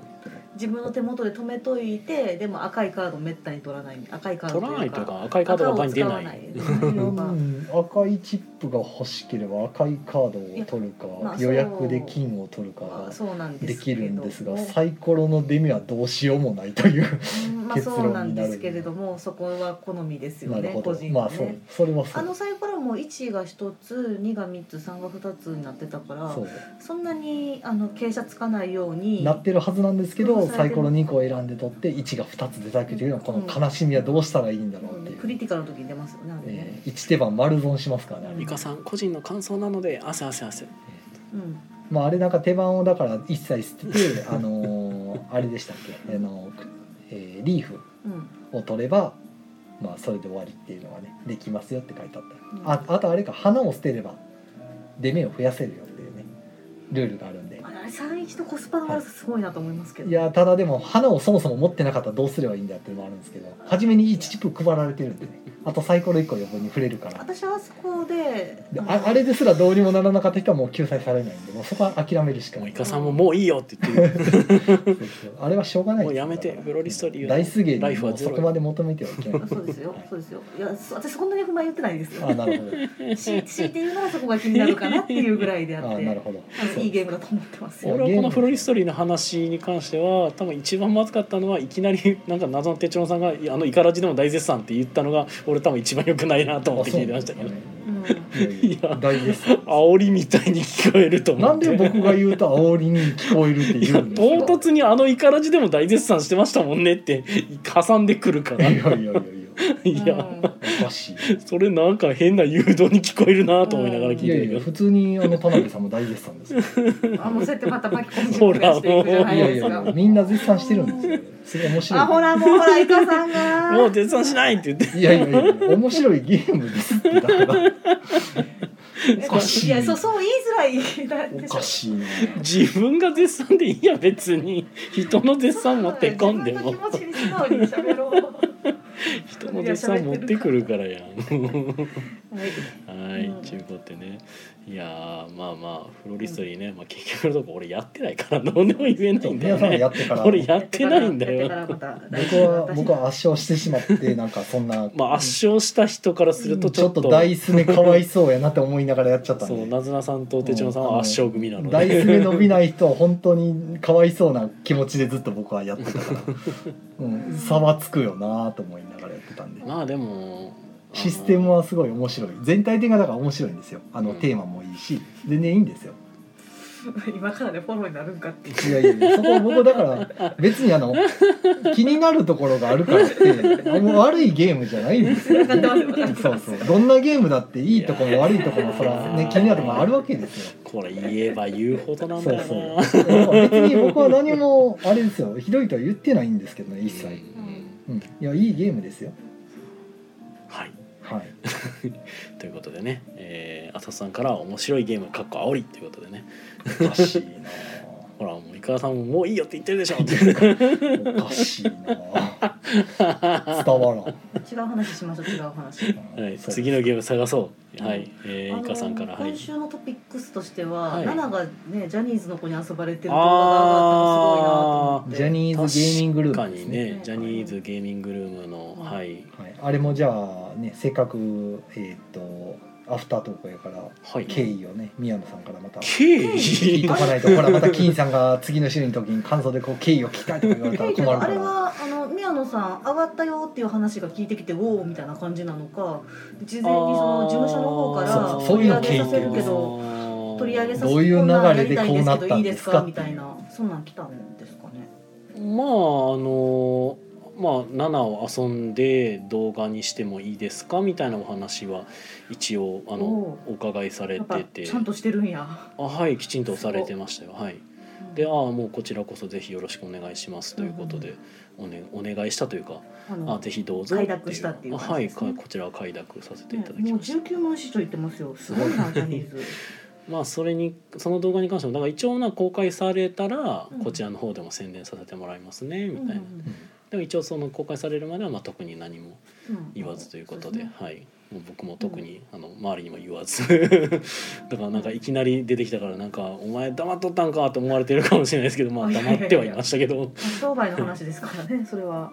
S3: 自分の手元で止めといてでも赤いカードめったに取らない赤いカード
S1: 取らないという
S3: か
S1: か赤いカードが場に出ない
S2: うん赤いチップが欲しければ赤いカードを取るか、
S3: まあそう
S2: 予約で金を取るか
S3: まあ
S2: が
S3: そうなんで
S2: です
S3: け
S2: き
S3: れ
S2: るん
S3: ども
S2: ですがサイコロの出目はどうしようもないという。
S3: うんまあ
S2: 結論
S3: そうなん
S2: になる
S3: ですけれどもそこは好みですよ
S2: なる
S3: ね
S2: ほ
S3: 個
S2: ど、
S3: 人
S2: ま
S3: の
S2: あそう
S3: ね
S2: それはそ
S3: あ
S2: う
S3: のサイコロも1が1つ2が3つ3が2つになってたから
S2: そう
S3: そんなにあの傾斜つかないように
S2: なってるはずなんですけど、
S3: うん
S2: サイコロ2個を選んで取って1が2つ出たけどこの悲しみはどうしたらいいんだろうっていう、
S3: クリティカルの時に出ますよねあれ
S2: え
S3: ね、
S2: ー、1手番丸損しますからねあれ
S1: 美香さん個人の感想なので汗汗汗
S3: うん
S2: まあ、あれなんか手番をだから一切捨ててあのーあれでしたっけ、あのーえーリーフ
S3: うん
S2: を取れば、まあ、それで終わりっていうのがねできますよって書いてあった、
S3: うん
S2: ああとあれか花を捨てれば出目を増やせるよっていうねルールがあるんで
S3: あれ31のコスパの悪さすごいなと思いますけど
S2: いやただでも花をそもそも持ってなかったらどうすればいいんだっていうのもあるんですけど初めに1チップ配られてるんでねあとサイコロ1個余分に触れるから
S3: 私はあそこで
S2: で
S3: あの
S2: ああれですらどうにもならなかった人はもう救済されないんでもうそこは諦めるしか
S1: も
S2: な
S1: うイ
S2: い
S1: カさんももういいよって言ってる
S2: あれはしょうがないですよ
S1: もうやめて
S2: だから
S1: フロリストリーは
S2: 大すげえ
S1: ライフは
S2: もう
S1: ゼロ
S2: そこまで求めてはいけない
S3: あそうですよそうですよいやそ私そんなに不満言ってないですよ
S2: あなる
S3: (laughs)
S2: ほど
S3: し強いて言うならそこが気になるかなっていうぐらいであって
S2: あなるほど
S3: あのいいゲームだと思ってますよ
S1: 俺はこのフロリストリーの話に関しては多分一番まずかったのはいきなりなんか謎の手帳さんが「いやあのイカラジでも大絶賛」って言ったのが俺多分一番良くないなと思って聞いてましたけど
S2: あそうなんですよね
S3: うん
S2: いやいや
S1: いや
S2: 大絶賛
S1: 煽りみたいに聞こえると思
S2: な
S1: っ
S2: ん
S1: て
S2: で僕が言うと煽りに聞こえるって
S1: い
S2: 言
S1: や
S2: うんです
S1: 唐
S2: か
S1: 突にあのイカラジでも大絶賛してましたもんねって (laughs) 挟んでくるか
S2: いや
S1: ら
S2: い
S1: い
S2: やいやいや
S1: や
S2: おかしい
S1: それなんか変な誘導に聞こえるなと思いながら聞い
S2: いや
S1: て
S2: いや
S1: るけ
S2: 普通にあの田辺さんも大絶賛ですよ
S3: うんあもうそうやってまた巻き込み増やしていくじゃないい
S2: や
S3: で
S2: い
S3: す
S2: やいや
S3: か
S2: みんな絶賛してるんですよすごい面白い
S3: あほらもうほらイカさん
S1: どもう
S3: が
S1: 絶賛しないって言って
S2: いやいやいや面白いゲームですってだからおかしい
S3: いやそうそう言いづらい
S2: おかしいな
S1: 自分が絶賛でいいや別に人の絶賛持ってこんでも
S3: 自分の気持ちに素直に喋ろう
S1: 人の絶賛持ってくるからやん
S3: はい
S1: はい
S3: うん
S1: 中古ってねいやーまあまあフロリストにね、まあ、結局のとこ俺やってないからどうでも言えないんだ
S2: 皆
S1: よ
S2: さんが
S1: ね
S2: やってから
S1: 俺やってないんだ
S3: やって
S1: よ
S3: からまた
S2: 僕は僕は圧勝してしまってなんかそんな
S1: まあ圧勝した人からするとち
S2: ち
S1: ょ
S2: ょっ
S1: っと
S2: とダイスネかわいそうやなって思いながらやっちゃったん
S1: そ
S2: で
S1: うなずなさんと手帳さんは圧勝組なの
S2: ダイ
S1: で、
S2: ス目伸びない人は本当にかわいそうな気持ちでずっと僕はやってた
S1: (laughs)
S2: から、うん、差はつくよなと思いながらやってたんで
S1: まあでもあの
S2: システムはすごい面白い全体的がだから面白いんですよあの
S1: うん
S2: テーマもいいし全然いいんですよ
S3: 今からでフォローになるんかって
S2: いやいやいやそこは僕だから別にあ
S1: (laughs)
S2: の気になるところがあるからってあの悪いゲームじゃないんですよ
S3: 分かってます分かってます
S2: そうそうどんなゲームだっていいとこも悪いとこもそら
S1: いや
S2: ね
S1: ー
S2: 気になるとこもあるわけですよ
S1: これ言えば言うほどなん
S2: そ
S1: だ
S2: う
S1: よ
S2: そう
S1: な。
S2: だから (laughs) 別に僕は何もあれですよひどいとは言ってないんですけどね一切、
S1: うん
S2: うん、いやいいゲームですよ
S1: はい
S2: はい
S1: ということでね、えー、浅田さんからは面白いゲームかっこ煽りということでね
S2: おかしいな
S1: ほらもういかわさんももういいよって言ってるで
S2: (laughs)
S1: しょって
S2: ぁおかしいなぁ伝わらん、
S3: 違う話しましょう違う話
S1: はい、
S2: そう
S1: 次のゲーム探そう。は
S3: う
S1: い、 (laughs) え
S3: あ
S1: ー、
S3: の
S1: イカさんから、はい
S3: 今。週のトピックスとしては、
S1: はい
S3: ナナがねジャニーズの子に遊ばれてる動画が
S1: あ
S3: 上がったのすごいなと思って
S2: ジャニーズゲーミングルームで
S1: 確
S2: す
S1: かに
S2: ね
S1: ね、ジャニーズゲーミングルームの、
S3: うん
S1: はい、
S2: はい、あれもじゃあねせっかくえっ、とアフタートークやから
S1: はい。
S2: 経緯をね宮野さんからまた
S1: 経
S2: 聞い
S1: 緯
S2: とかないとほらまた金さんが次の週の時に感想でこう経緯を聞きたいとか言われたら
S3: (laughs) け
S2: 困
S3: ど
S2: る
S3: あ
S2: か
S3: れ
S2: ら
S3: はあの宮野さん上がったよっていう話が聞いてきておおみたいな感じなのか事前にその事務所の方か
S2: あー
S3: ら
S2: そうそういうの
S3: 取り上げさせるけど
S1: ど
S3: 取り上げさ
S1: ま
S3: せ
S2: どういう
S3: こんなん
S2: 流れでこうなったんですか
S3: やりたいですけどいいですかみたいなそんなん来たんですかね。
S1: あ、あのーまあ、7を遊んで動画にしてもいいですかみたいなお話は一応あの
S3: お
S1: お伺いされ
S3: やっぱ
S1: てて
S3: ちゃんとしてるんや。
S1: あはいきちんとされてましたよはいでああもうこちらこそぜひよろしくお願いしますということで、おねお願いしたというか
S3: あの
S1: あぜひどうぞ
S3: 快諾したっていう
S1: あは
S3: 感じ
S1: い
S3: ですね
S1: かこちらは快諾させてい
S3: ね
S1: ただき
S3: もう
S1: ました、
S3: 19万視聴いってますよすごいなジャ
S1: (laughs)
S3: ニーズ。
S1: まあそれにその動画に関してもだから一応な公開されたら、
S3: うん
S1: こちらの方でも宣伝させてもらいますねみたいな、
S3: うん
S1: でも一応その公開されるまではまあ特に何も
S3: うん
S1: 言わずということ
S3: そ
S1: で、
S3: すね
S1: はいもう僕も特に、あの周りにも言わず (laughs) だからなんかいきなり出てきたからなんか「お前黙っとったんか」と思われてるかもしれないですけどまあ黙ってはいました
S3: (laughs)
S1: けど
S3: 商売の話ですからねそれは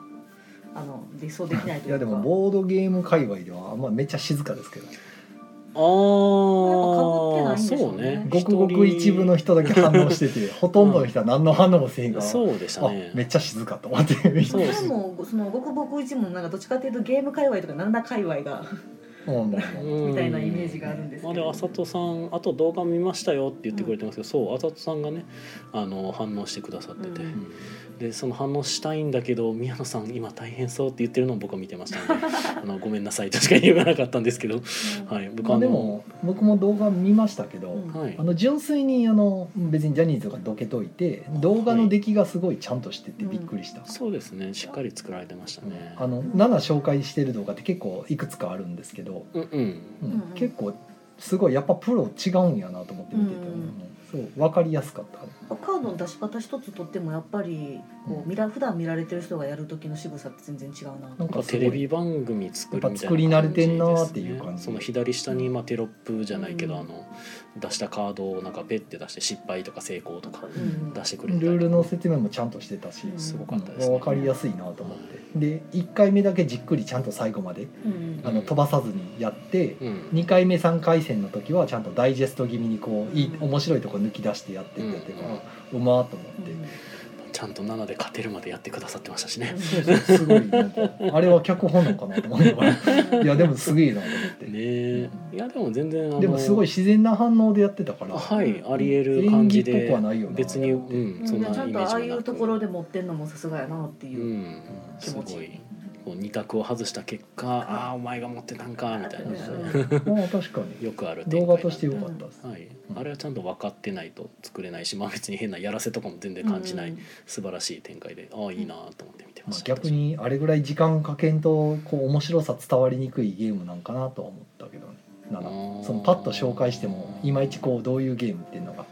S3: あの理想できないと
S2: い
S3: いう
S2: やで
S3: か
S2: もボードゲーム界隈ではあんまめっちゃ静かですけど
S1: ああ、
S3: やっぱ被ってないんでし
S1: そ
S3: ょ
S1: う
S3: う
S1: ね
S3: ね
S2: ごくごく一部の人だけ反応して
S3: (laughs)
S2: てほとんどの人は何の反応もせえへんから、
S1: そうでした
S2: あ
S1: ね
S2: めっちゃ静かと思ってみんな
S1: そうです
S3: でもそのごくごく一部のなんかどっちかというとゲーム界隈とかなんだ界隈が
S2: うんまあまあ
S1: うん
S3: みたいなイメージがあるんですけ
S1: まあ、
S3: ど、
S1: であさとさんあと動画見ましたよって言ってくれてますけど、そうあさとさんがねあの反応してくださってて、
S3: うん
S1: でその反応したいんだけど宮野さん今大変そうって言ってるのを僕は見てましたのであのごめんなさいとしか言わなかったんですけど、はい、僕は
S2: まあ
S1: あ
S2: で
S1: の、
S2: も僕も動画見ましたけど、
S3: うん
S1: はい
S2: あ、の純粋にあの別にジャニーズがどけといて動画の出来がすごいちゃんとしててびっくりした、
S1: そうですねしっかり作られてましたね。
S2: あの7紹介してる動画って結構いくつかあるんですけど、
S1: うんうん
S2: うん
S3: うんうん
S2: 結構すごいやっぱプロ違うんやなと思って見てて、
S3: うん
S2: そう分かりやすかった
S3: カードの出し方一つとってもやっぱりこ
S2: うん
S3: う見ら普段見られてる人がやる時の仕草って全然違うな
S2: なん
S1: な
S2: か
S1: んかテレビ番組作るみたいな
S2: やっぱ作り慣れ
S1: 感じ
S2: てんなー
S1: です
S2: っていう感じ
S1: その左下にまあテロップじゃないけど、
S3: うん
S1: あの出したカードをなんかペッて出して失敗とか成功とか
S3: うん
S1: 出してくれたりとか
S2: ルールの説明もちゃんとしてたし、
S3: うん
S1: すご
S2: う
S1: か
S2: ん
S1: ったですね、
S2: 分かりやすいなと思ってで1回目だけじっくりちゃんと最後まで
S3: うん
S2: あの飛ばさずにやって、
S1: うん
S2: 2回目3回戦の時はちゃんとダイジェスト気味にこういい
S3: うん
S2: 面白いとこ抜き出してやってってやって
S1: うん
S2: うまーと思って、
S3: うん
S1: ちゃんと7で勝てるまでやってくださってましたしね。
S2: そうそうすごいなんかあれは脚本なのかなと思って
S3: (laughs)
S2: いやでもすげえなと思って、
S1: ねえいやでも全然あの
S2: でもすごい自然な反応でやってたか
S1: (laughs)
S2: ら、
S1: はいありえる感じ
S2: 演技っぽ
S1: で
S2: くはないよな
S1: 別にうんそんなイ
S3: ちゃん
S1: メ
S3: と
S1: ージ
S3: ああ
S1: はいな
S3: う
S1: く
S3: ところで持ってんのもさすがやなっていうう、
S1: ん
S3: 気
S1: す
S3: 持ち
S1: ごいこう二択を外した結果ああお前が持ってたんかみたいな
S2: まあ確かに
S1: よくある展開
S2: 動画として良かったです、
S1: はい
S2: うん
S1: あれはちゃんと分かってないと作れないしまあ別に変なやらせとかも全然感じない素晴らしい展開でああいいなと思って見てま
S2: まあ
S1: し、た
S2: 逆にあれぐらい時間かけんとこう面白さ伝わりにくいゲームなんかなとは思ったけどねなら
S1: あー
S2: そのパッと紹介してもいまいちこうどういうゲームっていうのが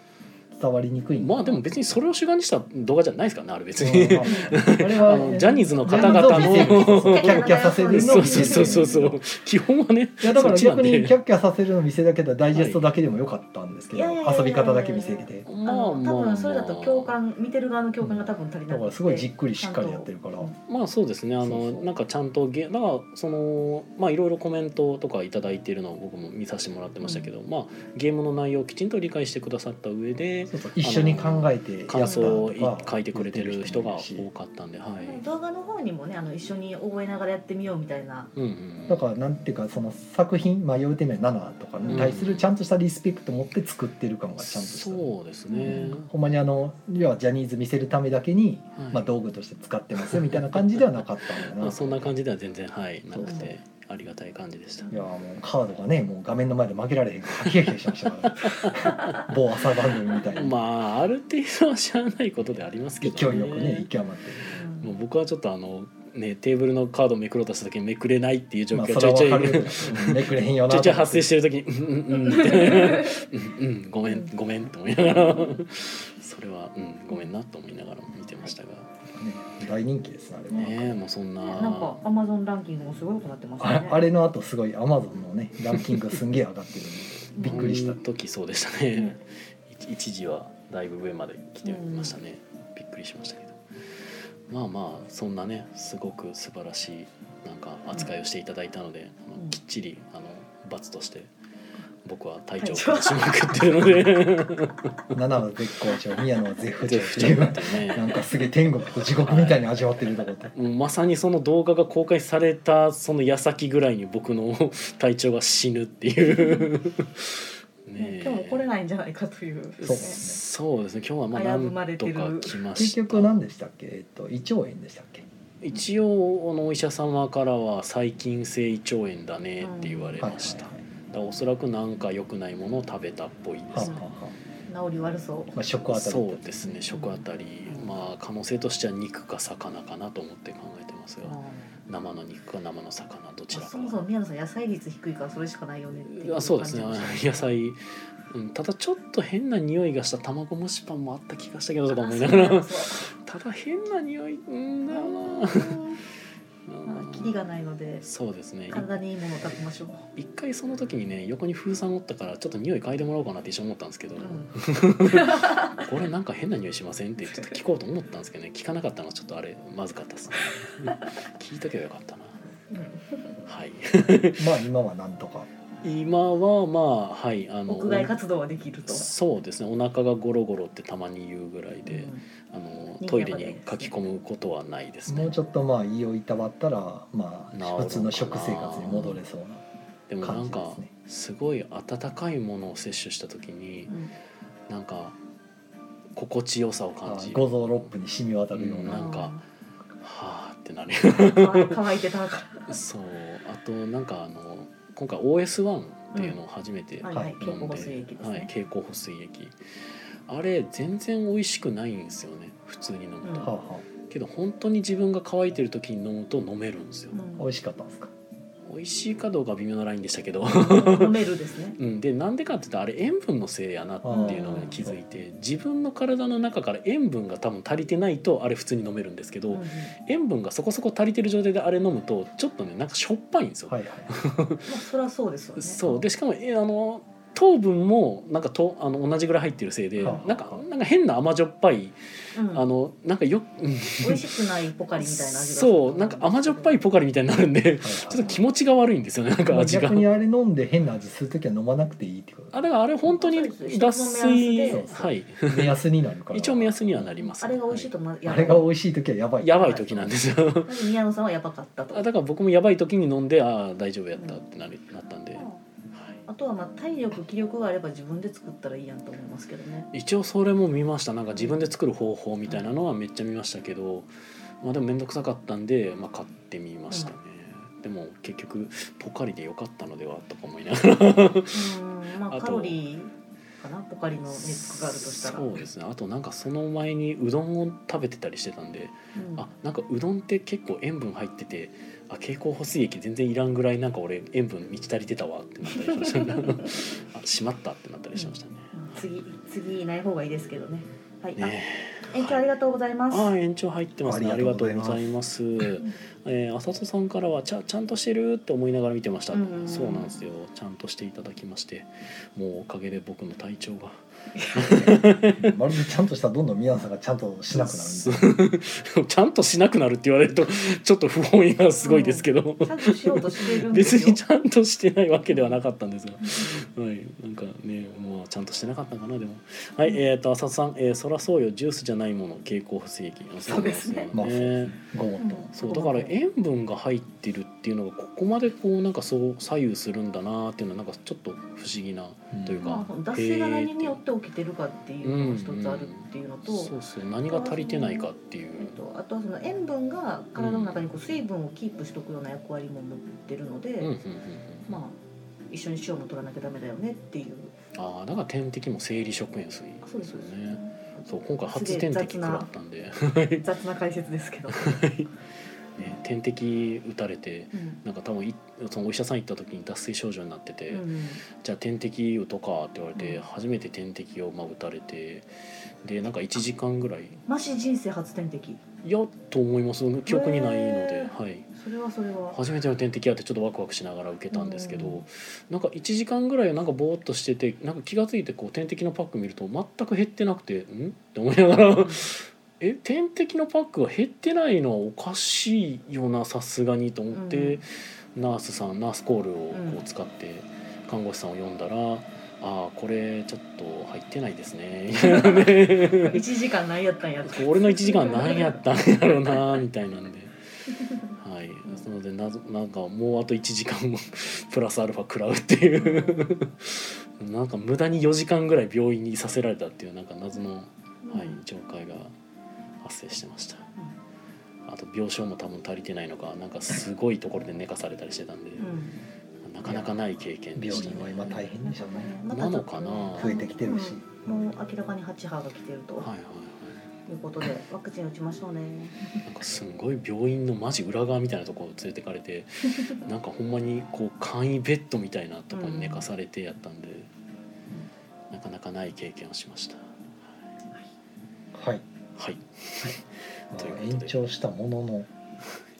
S2: 伝わりにくいんかな
S1: まあでも別にそれを主眼にした動画じゃないですからねあれ別
S2: うん
S1: に
S2: まああれは
S1: あ (laughs) のジャニーズの方々の
S2: ジャニーズを見せるキャッキャさせるのを見
S1: (laughs)
S2: せ
S1: そ
S2: る
S1: うそうそうそうそう基本はね
S2: いやだか
S1: そっ
S2: ら
S1: ちなん
S2: 逆
S1: で
S2: にキャッキャさせるの見せだけだダイジェストだけでもよかったんですけど
S3: はいいやいやいや
S2: 遊び方だけ見せて
S3: あの多分それだと共感見てる側の共感が多分足りな
S2: だ
S3: い
S2: からすごいじっくりしっかりやってるから
S1: まあそうですねあの
S2: そうそう
S1: なんかちゃんとゲだからそのまあいろいろコメントとか頂いただいてるのを僕も見させてもらってましたけど、まあゲームの内容をきちんと理解してくださった上で
S2: そうそう一緒に考えてやった
S1: 感想をい
S2: とか
S1: 書いてくれてる人が
S2: 言ってる人も
S1: 多
S2: いるし
S1: かったんではい、
S3: 動画の方にもねあの一緒に覚えながらやってみようみたいな、
S1: うんうん、
S2: だからなんていうかその作品まあ要点名7とかに対するちゃんとしたリスペクト持って作ってる感がちゃんとした
S1: そうですね、
S2: ほんまにあの要はジャニーズ見せるためだけに、
S1: はい
S2: まあ、道具として使ってますよみたいな感じではなかったんだよ
S1: (laughs) ま
S2: な
S1: あ、そんな感じでは全然はいなく
S2: そう
S3: そう
S1: てありがたい感じでした
S2: いやーもうカードがねもう画面の前で負けられへんからハキハキしましたから (laughs) 某朝番組みたいな、
S1: まあある程度は知らないことでありますけど
S2: 勢いよくね勢い余って
S1: もう僕はちょっとあのねテーブルのカードめくろうとした時にめくれないっていう状
S2: まあ
S1: 況
S2: そ
S1: がちょ
S2: れ
S1: い
S2: は
S1: ちょい
S2: 分かるけどうんめくれへんよ
S1: (laughs)
S2: な
S1: ちょいちょい
S2: と思
S1: 発
S2: っ
S1: 生
S2: て
S1: してる時に「うんうん
S2: (laughs)
S1: うん」って「うんうんごめんごめん」って思いながらそれは「うんごめんな」と思いながら見てましたが
S2: ね大人気ですねあれは、
S1: ねえもうそんな
S3: なんかアマゾンランキングもすごいことなってました
S2: あ
S3: ね
S2: あれの後すごいアマゾンのねランキングすんげえ上がってるんでびっくりした
S1: あの時そうでしたね一一時はだいぶ上まで来てましたねびっくりしましたけどまあまあそんなねすごく素晴らしいなんか扱いをしていただいたのであ
S3: う
S1: の
S3: ん
S1: きっちりあの罰として僕は体調を崩しまくってるので。
S2: 7は絶好調宮野は絶不調
S1: 絶
S2: っ
S1: 不
S2: て
S1: 調
S2: い
S1: だっ
S2: う
S1: たよ
S2: な
S1: ね
S2: んかすげえ天国と地獄みたいに味わってるとこって
S1: もうまさにその動画が公開されたその矢先ぐらいに僕の (laughs) 体調が死ぬっていうねえ
S3: 今日も来れないんじゃないかという
S2: そう
S1: そうですね今日はまあな
S3: 危ぶま
S1: ん
S3: れて
S1: と
S3: る
S1: か来ま
S2: 結
S1: した
S2: 局何でしたっけえっと胃腸炎でしたっけ
S1: 一応あのお医者様からは細菌性胃腸炎だねって言われ
S2: はい
S1: ました、だからおそらくなんか良くないものを食べたっぽいで
S2: はいはい
S1: す
S2: は
S1: ね
S2: あはあは
S3: 治り悪そう
S2: あまあ食あたりと
S1: そうですね食あたりまあ可能性としては肉か魚かなと思って考えてますが生の肉か生の魚どちらか
S3: そもそも宮野さん野菜率低いからそれしかないよねってい
S1: あそうですね
S3: 感じがし
S1: 野菜、うん、ただちょっと変な匂いがした卵蒸しパンもあった気がしたけどとか
S3: た
S1: 思いながら
S3: (laughs) あそ
S1: ただ変な匂いうんだよな
S3: ううん
S1: うん
S3: キリがないので
S1: そうですね
S3: 体にいいものを食べましょう、
S1: い一回その時にね横に風船おったからちょっと匂い嗅いでもらおうかなって一瞬思ったんですけど、
S3: うん
S1: これなんか変な匂いしません
S3: (laughs)
S1: ってちょっと聞こうと思ったんですけどね聞かなかったのはちょっとあれまずかったです
S3: (laughs)
S1: ねうん聞いとけばよかったな
S3: うん
S1: はい (laughs)
S2: まあ今はなんとか
S1: 今はまあはいあの
S3: 屋外活動はできると
S1: そうですねお腹がゴロゴロってたまに言うぐらいで、
S3: うん
S1: あの
S3: にぎやかで
S1: トイレに書き込むことはないです
S2: も
S1: ね
S2: う。ちょっとまあ胃をいたわったらま
S1: 治るのか
S2: あ
S1: な
S2: 普通の食生活に戻れそうな
S1: でもなん
S2: 感
S1: か
S2: じですね
S1: すごい温かいものを摂取した時に
S3: うん
S1: なんか心地よさを感
S2: あ
S1: じ、
S2: 五
S1: は
S2: 臓六腑に染み渡るよう
S1: な
S2: な、
S1: んかあって
S3: (laughs)
S1: なる。
S3: うん乾乾いてたから
S1: そう。あとなんかあの今回 OS1 っていうのを初めて
S3: はい
S2: は
S3: はいい
S1: 飲ん
S3: 蛍光
S1: で、
S3: 補水液です
S1: はい
S3: ね、
S1: 蛍光補水液。あれ全然美味しくないんですよね。普通に飲む
S2: はあ
S1: と。
S2: はあ、
S1: けど本当に自分が乾いてる時に飲むと飲めるんですよ。
S2: 美味しかったんですか
S1: 美味しいかどうかは微妙なラインでしたけ
S3: (laughs)
S1: ど。
S3: うん飲めるですね
S1: うん、でなんでかって言ったらあれ塩分のせいやなっていうのに気づいて自分の体の中から塩分が多分足りてないとあれ普通に飲めるんですけど、
S3: うんうん
S1: 塩分がそこそこ足りてる状態であれ飲むとちょっとねなんかしょっぱいんですよ。
S2: はいはい
S3: まあそりゃそうですよね
S1: そうでしかもえあの糖分もなんかとあの同じぐらい入ってるせいで
S2: はあ
S1: なんかなんか変な甘じょっぱい
S3: うん、
S1: あのなんかよ
S3: 美味しくないポカリみたいな味がする
S1: そうなんか甘じょっぱいポカリみたいになるんでちょっと気持ちが悪いんですよねなんか
S2: まあ
S1: 味が
S2: 逆。にあれ飲んで変な味するときは飲まなくていいってこと
S1: あだからあれ本当に脱水
S3: そう
S2: です
S1: はい
S2: 目安になるから
S1: 一応目安にはなります
S3: あれが美味しいと思う、
S2: あれが美味しいときはやばい
S1: やばい時なんですよ (laughs)
S3: なんで宮野さんはやばかったと
S1: あだから僕もやばい時に飲んでああ大丈夫やったってなりなったんで、は
S3: あとはまあ体力気力があれば自分で作ったらいいやんと思いますけどね
S1: い、一応それも見ましたなんか自分で作る方法みたいなのはめっちゃ見ましたけど、まあ、でも面倒くさかったんで、まあ、買ってみましたね、でも結局ポカリでよかったのではとか思いながら
S3: うんま
S1: あ
S3: あ
S1: と
S3: カロリーかなポカリのネックがあるとしたら
S1: そうですねあとなんかその前にうどんを食べてたりしてたんで
S3: うん
S1: あなんかうどんって結構塩分入っててあ蛍光補水液全然いらんぐらいなんか俺塩分満ち足りてたわってなったりしましたねあしまった (laughs) ってなったりしましたね。
S3: 次次いない方がいいですけどねはい、あ
S1: ね
S3: 延長ありがとうございます、
S1: ああ延長入ってますねあ
S2: あ
S1: り
S2: り
S1: が
S2: が
S1: と
S2: と
S1: う
S2: う
S1: ご
S2: ご
S1: ざ
S2: ざ
S1: い
S2: い
S1: ます。えー、浅戸さんからはちゃちゃんとしてるって思いながら見てました、
S3: うんうんうん
S1: そうなんですよちゃんとしていただきましてもうおかげで僕の体調が
S2: まるでちゃんとしたらどんどん皆さんがちゃんとしなくなるみたいな
S1: (laughs) ちゃんとしなくなるって言われると (laughs) ちょっと不本意がすごいですけど、
S3: ちゃんとしようとしてるんで
S1: (laughs)
S3: す
S1: 別
S3: よ
S1: にちゃんとしてないわけではなかったんですが、はい、なんかね、まあ、ちゃんとしてなかったかな、でも。はい、えっ、と、浅田さん、えー、そらそうよ、ジュースじゃないもの、蛍光補正液。
S3: そうですね
S1: そうなんですよね
S2: ごもっと
S1: そう、だから、塩分が入ってるっていうのが、ここまでこう、なんか、そう、左右するんだなっていうのは、なんか、ちょっと不思議な。というか
S3: まあ脱水が何によって起きてるかっていうのが一つあるっていうのと、
S1: そうそう、何が足りてないかっていう。
S3: えっと、あとはその塩分が体の中にこう水分をキープしとくような役割も持ってるので、
S1: うん、うん、うん、うん。
S3: まあ一緒に塩も取らなきゃダメだよねっていう
S1: ああ、だから、点滴も生理食塩水
S3: あそ
S1: で
S3: うですす
S1: よ
S3: よ
S1: ね。
S3: ね
S1: そう、今回初点滴食らったんで、
S3: 雑な (laughs) 解説ですけど、
S1: (laughs) ね、点滴打たれて。
S3: うん
S1: なんか多分いそのお医者さん行った時に脱水症状になってて、
S3: うん
S1: じゃあ点滴打とかって言われて、
S3: うん
S1: 初めて点滴をまあ打たれてでなんか1時間ぐらい
S3: マシ人生初点滴
S1: いやと思います記憶にないので
S3: へ、ー
S1: はい、
S3: それはそれは
S1: 初めての点滴やってちょっとワクワクしながら受けたんですけど、
S3: うん
S1: なんか1時間ぐらいなんかぼーっとしててなんか気が付いてこう点滴のパック見ると全く減ってなくてんって思いながら (laughs) え点滴のパックが減ってないのはおかしいよなさすがにと思って、ナースさんナースコールをこ
S3: う
S1: うん使って看護師さんを呼んだら「ああこれちょっと入ってないです
S3: (laughs)
S1: ね」みたいなね
S3: 1時間何やったんやって
S1: 俺の1時間何やったんやろうなみたいなんで。はい、なのでななんかもうあと1時間も (laughs) プラスアルファ食らうっていうなんか無駄に4時間ぐらい病院にいさせられたっていうなんか謎の、はい
S3: うん、
S1: 状態が発生してましたあと病床も多分足りてないのかなんかすごいところで寝かされたりしてたんで、なかなかない経験で
S2: 病
S1: した、ね
S2: 人、は今大変でしょうね
S3: うん
S1: なのかな
S2: 増えてきてるし、
S3: うんもう明らかに8波が来てると
S1: はいはいは
S3: いうことでワクチン打ちましょうね
S1: いなんかすんごい病院のマジ裏側みたいなところ連れてかれてなんかほんまにこう簡易ベッドみたいなところに寝かされてやったんで、なかなかない経験をしました
S2: はい
S1: はいということで
S2: 延長したものの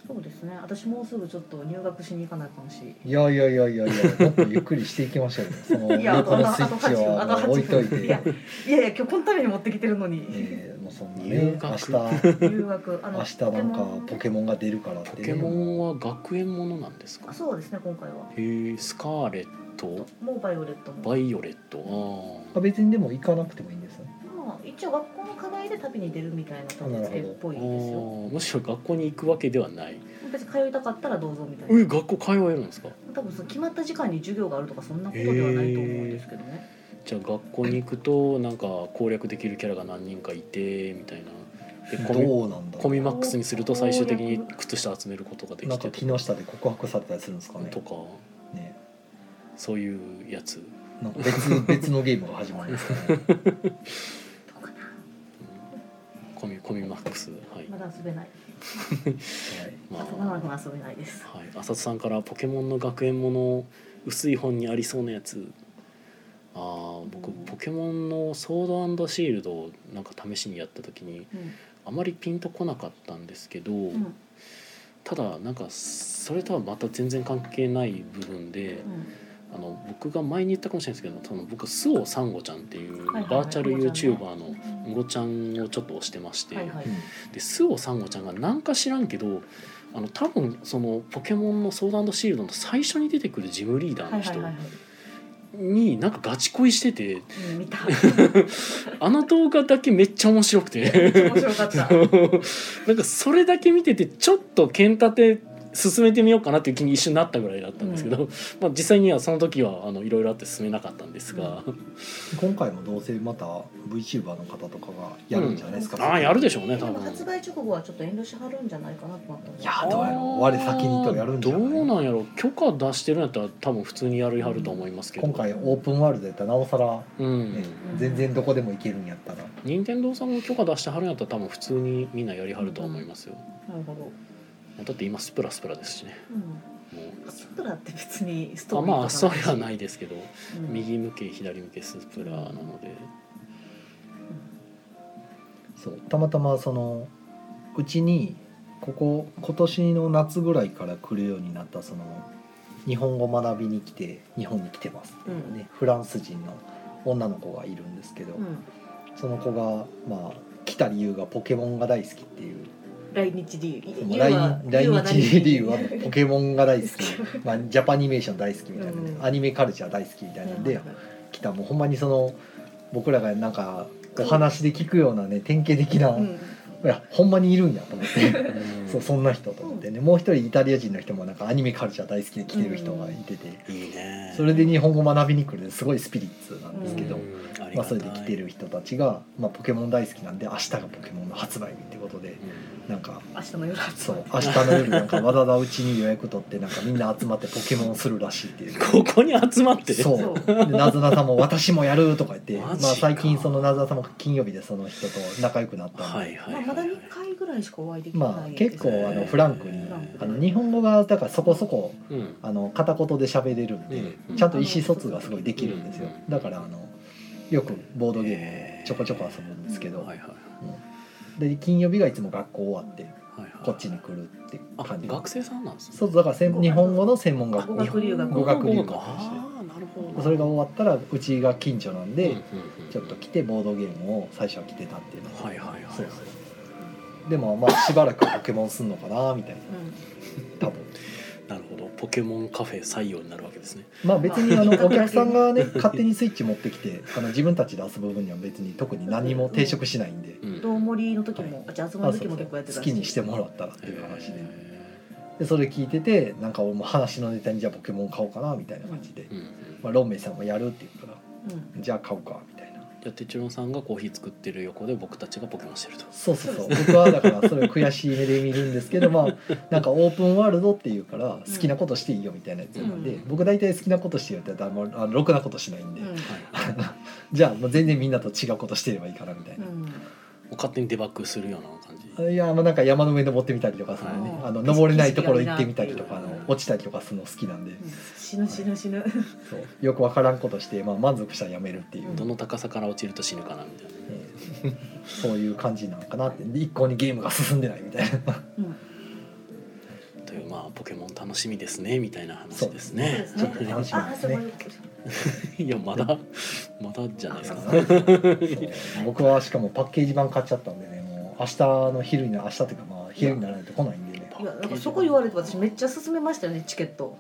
S3: そうですね私もうすぐちょっと入学しに行かないかもし
S2: いやいやいやいやいやもっとゆっくりしていきま
S3: (laughs)
S2: しょうよその
S3: いや
S2: 横のスイッチ
S3: あとあ
S2: は
S3: と
S2: 置いとい
S3: いや
S2: て、
S3: いやいや今日このために持ってきてるのに
S2: えー、もうそんな
S1: 入
S2: ね明
S1: 学
S2: 日
S3: 留学あの
S2: 明日なんかポケモンが出るからって、ね、
S1: ポケモンは学園ものなんですか
S3: あそうですね今回は
S1: へえスカーレット
S3: もうバイオレットも
S1: バイオレットあ
S2: あ別にでも行かなくてもいいんですよ
S3: まあ一応学校の課題で旅に出るみたいな立て付けっぽ
S1: あ
S3: い
S1: あ
S3: ですよ
S1: ーむしろ学校に行くわけではない
S3: 別に通いたかったらどうぞみたいな
S1: え学校通えるんですか
S3: 多分その決まった時間に授業があるとかそんなことではないと思うんですけどね、
S1: じゃあ学校に行くとなんか攻略できるキャラが何人かいてみたいなでコミ
S2: どうなんだ
S1: コ
S2: ろ
S1: ミマックスにすると最終的に靴下集めることが
S2: う
S1: で
S2: な
S1: き
S2: んか
S1: て
S2: 木下で告白されたりするんですかね
S1: とか
S2: ね
S1: そういうやつ
S2: なんか別別のゲームが始まるんです
S1: (laughs)
S2: かね
S3: どうかな
S1: コミコミマックスはい、
S3: まだ遊べない
S1: ま
S3: 遊ば
S1: あ
S3: なくも遊べないです
S1: はい、浅田さんから「ポケモンの学園もの薄い本にありそうなやつ」ああ僕
S3: うん
S1: ポケモンの「ソードシールド」をなんか試しにやった時に
S3: う
S1: あまりピンとこなかったんですけど、
S3: んうん
S1: ただなんかそれとはまた全然関係ない部分であ
S3: うん
S1: の僕が前に言ったかもしれないですけどその僕スオサンゴちゃんっていう
S3: はいはい
S1: バーチャル
S3: ゴちゃんね
S1: YouTuber のゴちゃんをちょっと推してまして、
S3: はいはい。
S1: でスオサンゴちゃんがなんか知らんけどあの多分そのポケモンのソードアンドシールドの最初に出てくるジムリーダー
S3: は
S1: の
S3: いはい
S1: 人
S3: はいはい。
S1: になんかガチ恋してて
S3: うん見た。 (laughs)
S1: あの動画だけめっちゃ面白くて (laughs)
S3: 面白かった。
S1: なんかそれだけ見ててちょっと剣立て進めてみようかなっていう気に一瞬なったぐらいだったんですけど、まあ実際にはその時はあのいろいろあって進めなかったんですが、
S2: 今回もどうせまた VTuber の方とかがやるんじゃないですか、
S3: うん
S1: ああやるでしょうね
S3: で
S1: 多
S3: も
S1: 分。
S3: 発売直後はちょっと遠慮しはるんじゃないかなと思ったんで
S2: い
S3: す
S2: や
S3: け
S2: どうやろう我先にとやるんじゃない
S1: どうなんやろう許可出してるんやったら多分普通にやりはると思いますけど
S2: 今回オープンワールドやったらなおさら、
S1: うん
S2: ね全然どこでも行けるんやったら
S1: 任天堂さんも許可出してはるんやったら多分普通にみんなやりはると思いますよ、
S3: どなるほど。
S1: だって今スプラスプラですしね
S3: うん。
S1: も
S3: スプラって別にス
S1: う
S3: ト
S1: あ
S3: ーリー
S1: まあそれは
S3: う。
S1: なんいですけど、右向け左向けスプラなので
S2: そうたまたまそのうちにここ今年の夏ぐらいから来るようになったその日本語学びに来て日本に来てますっていうね、フランス人の女の子がいるんですけど、
S3: うん。
S2: その子がまあ来た理由がポケモンが大好きっていう
S3: 来日理由
S2: その
S3: 理由
S2: 来
S3: は
S2: 来日理由は
S3: 理由
S2: ポケモンが大好き
S3: 好
S2: まあ、ジャパニメーション大好きみたいなね、
S3: うん
S2: アニメカルチャー大好きみたいなんで、
S3: うん
S2: 来たもうほんまにその僕らがなんかお話で聞くようなね典型的な、
S3: うん
S2: いやほんまにいるんやと思って。
S1: うん
S2: そうそんな人と思ってね、もう一人イタリア人の人もなんかアニメカルチャー大好きで来てる人がいてて、
S1: いいね
S2: それで日本語学びに来るすごいスピリッツなんですけど、
S1: うんありが
S2: まあ、
S1: た
S2: そ
S1: い
S2: れで来てる人たちが、まあ、ポケモン大好きなんで明日がポケモンの発売日ってことで
S1: うん
S2: なんか
S3: 明日の夜発
S2: そう明日の夜なんかわざわざうちに予約取ってなんかみんな集まってポケモンをするらしいっていう。
S1: ここに集まって
S2: そう
S3: そ
S2: で
S3: う
S2: なずなさんも「私もやる」とか言って、ま
S1: マ
S2: あ、
S1: ジか
S2: 最近そのなずなさんも金曜日でその人と仲良くなったんで、
S1: はいはい
S3: ま
S1: は
S3: あ、
S1: い
S3: まだ2回ぐらいしかお会いできてない
S2: まあ結構あのフ
S3: ラ
S2: ランクにあの日本語がだからそこそこ
S1: うん
S2: あの片言で喋れるんで、
S1: うん
S2: ちゃんと意思疎通がすごいできるんですよ、
S1: うん
S2: だからあのよくボードゲームでちょこちょこ遊ぶんですけど、
S1: はいはい
S2: うんで金曜日がいつも学校終わって
S1: はいはい
S2: こっちに来るって
S1: あ
S2: 感じ
S1: 学生さんなんですね
S2: そうだからせん日本語の専門学
S3: 語
S2: 校
S3: 学留学
S2: 語学留学
S1: ああなるほど
S2: それが終わったらうちが近所なんで、
S1: うんうんうん
S2: ちょっと来てボードゲームを最初は来てたっていうのが
S1: はいはいはい
S2: そうそうでもまあしばらくポケモンすんのかなみたいな多分
S1: なるほどポケモンカフェ採用になるわけですね
S2: まあ別にあ
S3: まあ
S2: のお客さんが (laughs) ね勝手にスイッチ持ってきてあの自分たちで遊ぶ分には別に特に何も抵触しないんで、
S1: うん
S3: どうもりの時も、あじゃあ集ま
S2: まあ
S3: る
S2: そうそ
S3: 時も
S2: う
S3: 結構やってた
S2: 好きにして
S3: も
S2: もらったらっていう話で
S1: へ
S2: でそれ聞いててなんか俺も話のネタにじゃあポケモン買おうかなみたいな感じで
S1: ー、うんうん
S2: まあ、ロンメイさんもやるっていうから
S3: うん
S2: じゃあ買おうかみたいな
S1: じゃあてちろんさんがコーヒー作ってる横で僕たちがポケモンしてると
S2: そうそうそう僕はだからそれを悔しい目で見るんですけどまあなんかオープンワールドっていうから好きなことしていいよみたいなやつなんで、
S1: うん
S2: 僕大体好きなことしてよって言ったらもうあのろくなことしないんで、
S3: うん
S1: はい
S2: じゃあもう全然みんなと違うことしてればいいからみたいな。
S3: うん
S1: もう勝手にデバッグするような感じ
S2: いやまあなんか山の上登ってみたりとかその、ね
S3: はい
S2: あの登れないところ行ってみたりとかあ
S1: 景色がいいな
S2: の落ちたりとかするの好きなんで、
S3: 死ぬ死ぬ死ぬ、
S2: そうよくわからんことして、まあ、満足したらやめるっていう、
S3: うん
S1: どの高さから落ちると死ぬかなみたいな
S2: ええそういう感じなのかなってで一向にゲームが進んでないみたいな
S3: うん、
S1: というまあポケモン楽しみですねみたいな話ですね
S3: そ
S2: ちょ
S3: うです
S2: っと
S3: ね
S2: 楽しみですね
S3: ああそういうこと
S1: いやまだまだじゃないですか
S2: そう (laughs) 僕はしかもパッケージ版買っちゃったんでねもう明日の昼にな明日というかまあ昼にならないと来ないんでね
S3: いやなんかそこ言われて私めっちゃ勧めましたよねチケット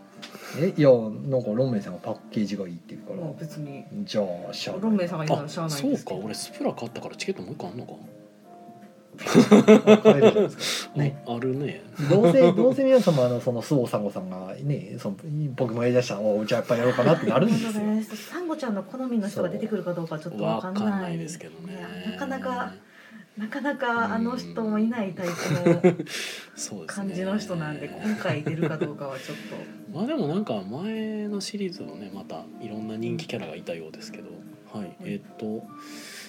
S2: えいやなんかロンメイさんがパッケージがいいって言うから
S3: もう別に
S2: じゃあしゃあない
S3: ロンメイさんが言った
S1: あ
S3: のしゃあないん
S1: そ
S3: で
S1: う
S3: す
S1: か
S3: けど
S1: 俺スプラ買ったからチケットもう一個あんのか
S2: 買えるじゃないですかね
S1: あるね
S2: どうせどうせ皆様あのその須藤さんごさんがねその僕もやりだしたらおうじゃあやっぱやろうかなってなるんで
S3: な
S2: す
S3: る
S2: よ
S3: ほどねサンゴちゃんの好みの人が出てくるかどうかちょっとわ
S1: わ
S3: か
S1: か
S3: ん
S1: ん
S3: ない
S1: ないですけどね
S3: いやなかなかなかなかあの人もいないタイプの
S1: そうですね
S3: 感じの人なんで今回出るかどうかはちょっと
S1: まあでもなんか前のシリーズもねまたいろんな人気キャラがいたようですけどはい、えーっと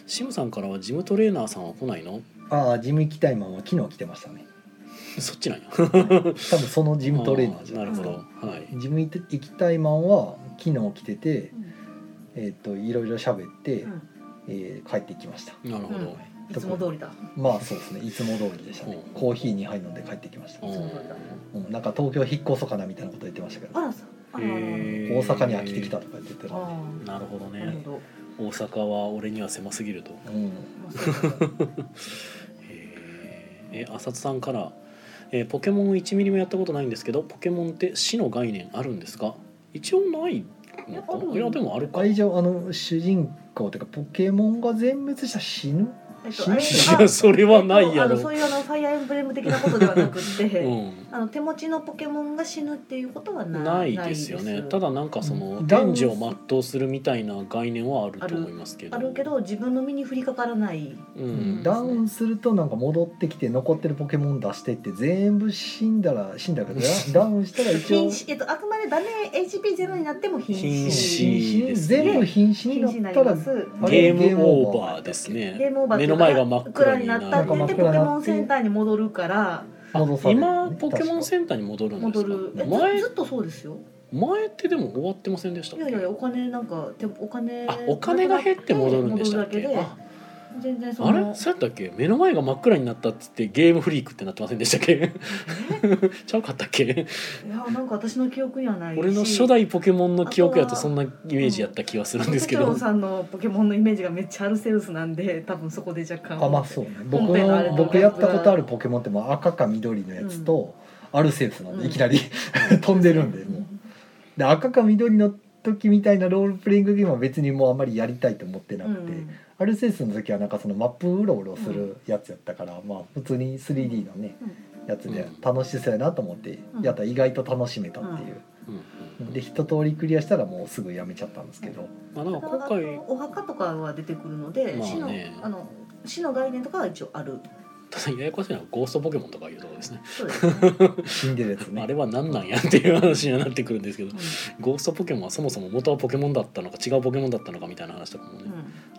S1: シムさんからはジムトレーナーさんは来ないの (laughs)
S2: ああジム行きたいまま昨日来てましたね
S1: そっちなんや
S2: 多分その (laughs) ジムトレーナーじゃ
S1: あ
S2: ない
S1: な
S2: で
S1: る
S2: す
S1: ほ
S2: か
S1: どはい
S2: ジム行きたいマンは昨日来てて
S3: う、ん
S2: えっといろいろ喋って、
S3: うん
S2: えー帰ってきました
S1: なるほど、
S3: いつも通りだ
S2: まあそうですねいつも通りでしたね
S1: うん
S2: コーヒー2杯飲んで帰ってきました、
S1: うん
S3: そうなんだ
S2: うんなんか東京引っ越そうかなみたいなこと言ってましたけど
S3: あらさあらあらあら
S1: へー
S2: 大阪に飽きてきたとか言ってたら、ね
S3: あ
S1: なるほど
S3: あなる
S1: ね
S3: ほど
S1: 大阪は俺には狭すぎると
S2: うん、
S3: ま
S1: (laughs)
S3: あそうか
S1: へーえ浅津さんから、えーポケモン1ミリもやったことないんですけどポケモンって死の概念あるんですか一応ないのか
S3: いやある
S1: いやでもあるか
S2: 愛情あの主人公というかポケモンが全滅したら死ぬ
S3: えっとあれ
S2: い
S1: いやそれはないや
S3: あの
S1: ろ、
S3: そういうあのファイアーエンブレム的なことではなくって、
S1: うん、
S3: あの手持ちのポケモンが死ぬっていうことはな
S1: ないいですよ
S3: な
S1: ね
S3: いです
S1: ただなんかその
S2: うん
S1: 男女を全うするみたいな概念はあると思いますけど
S3: あるけど自分の身に降りかからない
S1: うん、
S2: ダウンするとなんか戻ってきて残ってるポケモン出してって全部死んだら死んだ
S1: (laughs)
S2: らダウンしたら一応
S3: 瀕死、えっと、あくまでダメ HP ゼロになっても瀕
S1: 瀕
S3: 死
S1: 死ですね
S2: 全部瀕死に
S3: 瀕死に
S2: なっ
S3: なり
S2: た
S3: ま
S2: ら
S3: す
S2: あれ
S1: ゲームオーバーです
S3: ゲ
S1: ね
S3: ームオーバー
S1: 目の前が真っ暗
S3: 暗
S1: に
S3: に
S1: な
S3: な
S1: る
S3: ったって言ってポケモンセンターに戻るから
S2: 戻されるよ
S1: 今
S2: ね
S1: ポケモンセンターに戻るんで
S3: 戻
S1: す
S3: る
S1: か
S3: え
S1: 前
S3: ずずっとそうですよ
S1: 前ってでも終わってませんでした
S3: いやいやいやお金なんかてお金
S1: あお金が減って戻るんでしたっけ
S3: 戻るだ
S1: あ
S3: けで全然そ
S1: あ
S3: の
S1: れそうやったっけ目の前が真っ暗になったっつってゲームフリークってなってませんでしたっけ (laughs) ちゃうかったっけ
S3: いやなんか私の記憶にはないし
S1: 俺の初代ポケモンの記憶やとそんなイメージやった気はするんですけ
S3: あの
S1: ど、
S3: ペトロンさんのポケモンのイメージがめっちゃアルセウスなんで多分そこで若干
S2: あまあそうね僕
S3: 本編のあれ
S2: の
S3: と
S2: 僕やったことあるポケモンってもう赤か緑のやつと、アルセウスなん
S3: うん
S2: でいきなり (laughs) 飛んでるんでもうで赤か緑の時みたいなロールプレイングゲームは別にもうあんまりやりたいと思ってな
S3: う
S2: く
S3: ん
S2: て、アルセウスの時はなんかそのマップうろうろするやつやったから、まあ普通に 3D のね、やつで
S1: うん
S2: 楽しそうやなと思って
S3: うん
S2: やったら意外と楽しめたっていう、
S1: うんうん
S2: で一通りクリアしたらもうすぐやめちゃったんですけ
S3: (laughs)
S2: ど、
S1: まあ、なんか今
S3: 今
S1: 回
S3: 回お墓とかは出てくるので、
S1: まあ
S3: 死の
S1: ね
S3: あの死の概念とかは一応ある
S1: ただややこしいのはゴーストポケモンとかいうところですね
S3: そうですね、うん
S2: 死んでるやつ
S1: あ
S2: ね
S1: れは何なんやっていう話にはなってくるんですけどゴーストポケモンはそもそも元はポケモンだったのか違うポケモンだったのかみたいな話とかもね、
S3: うん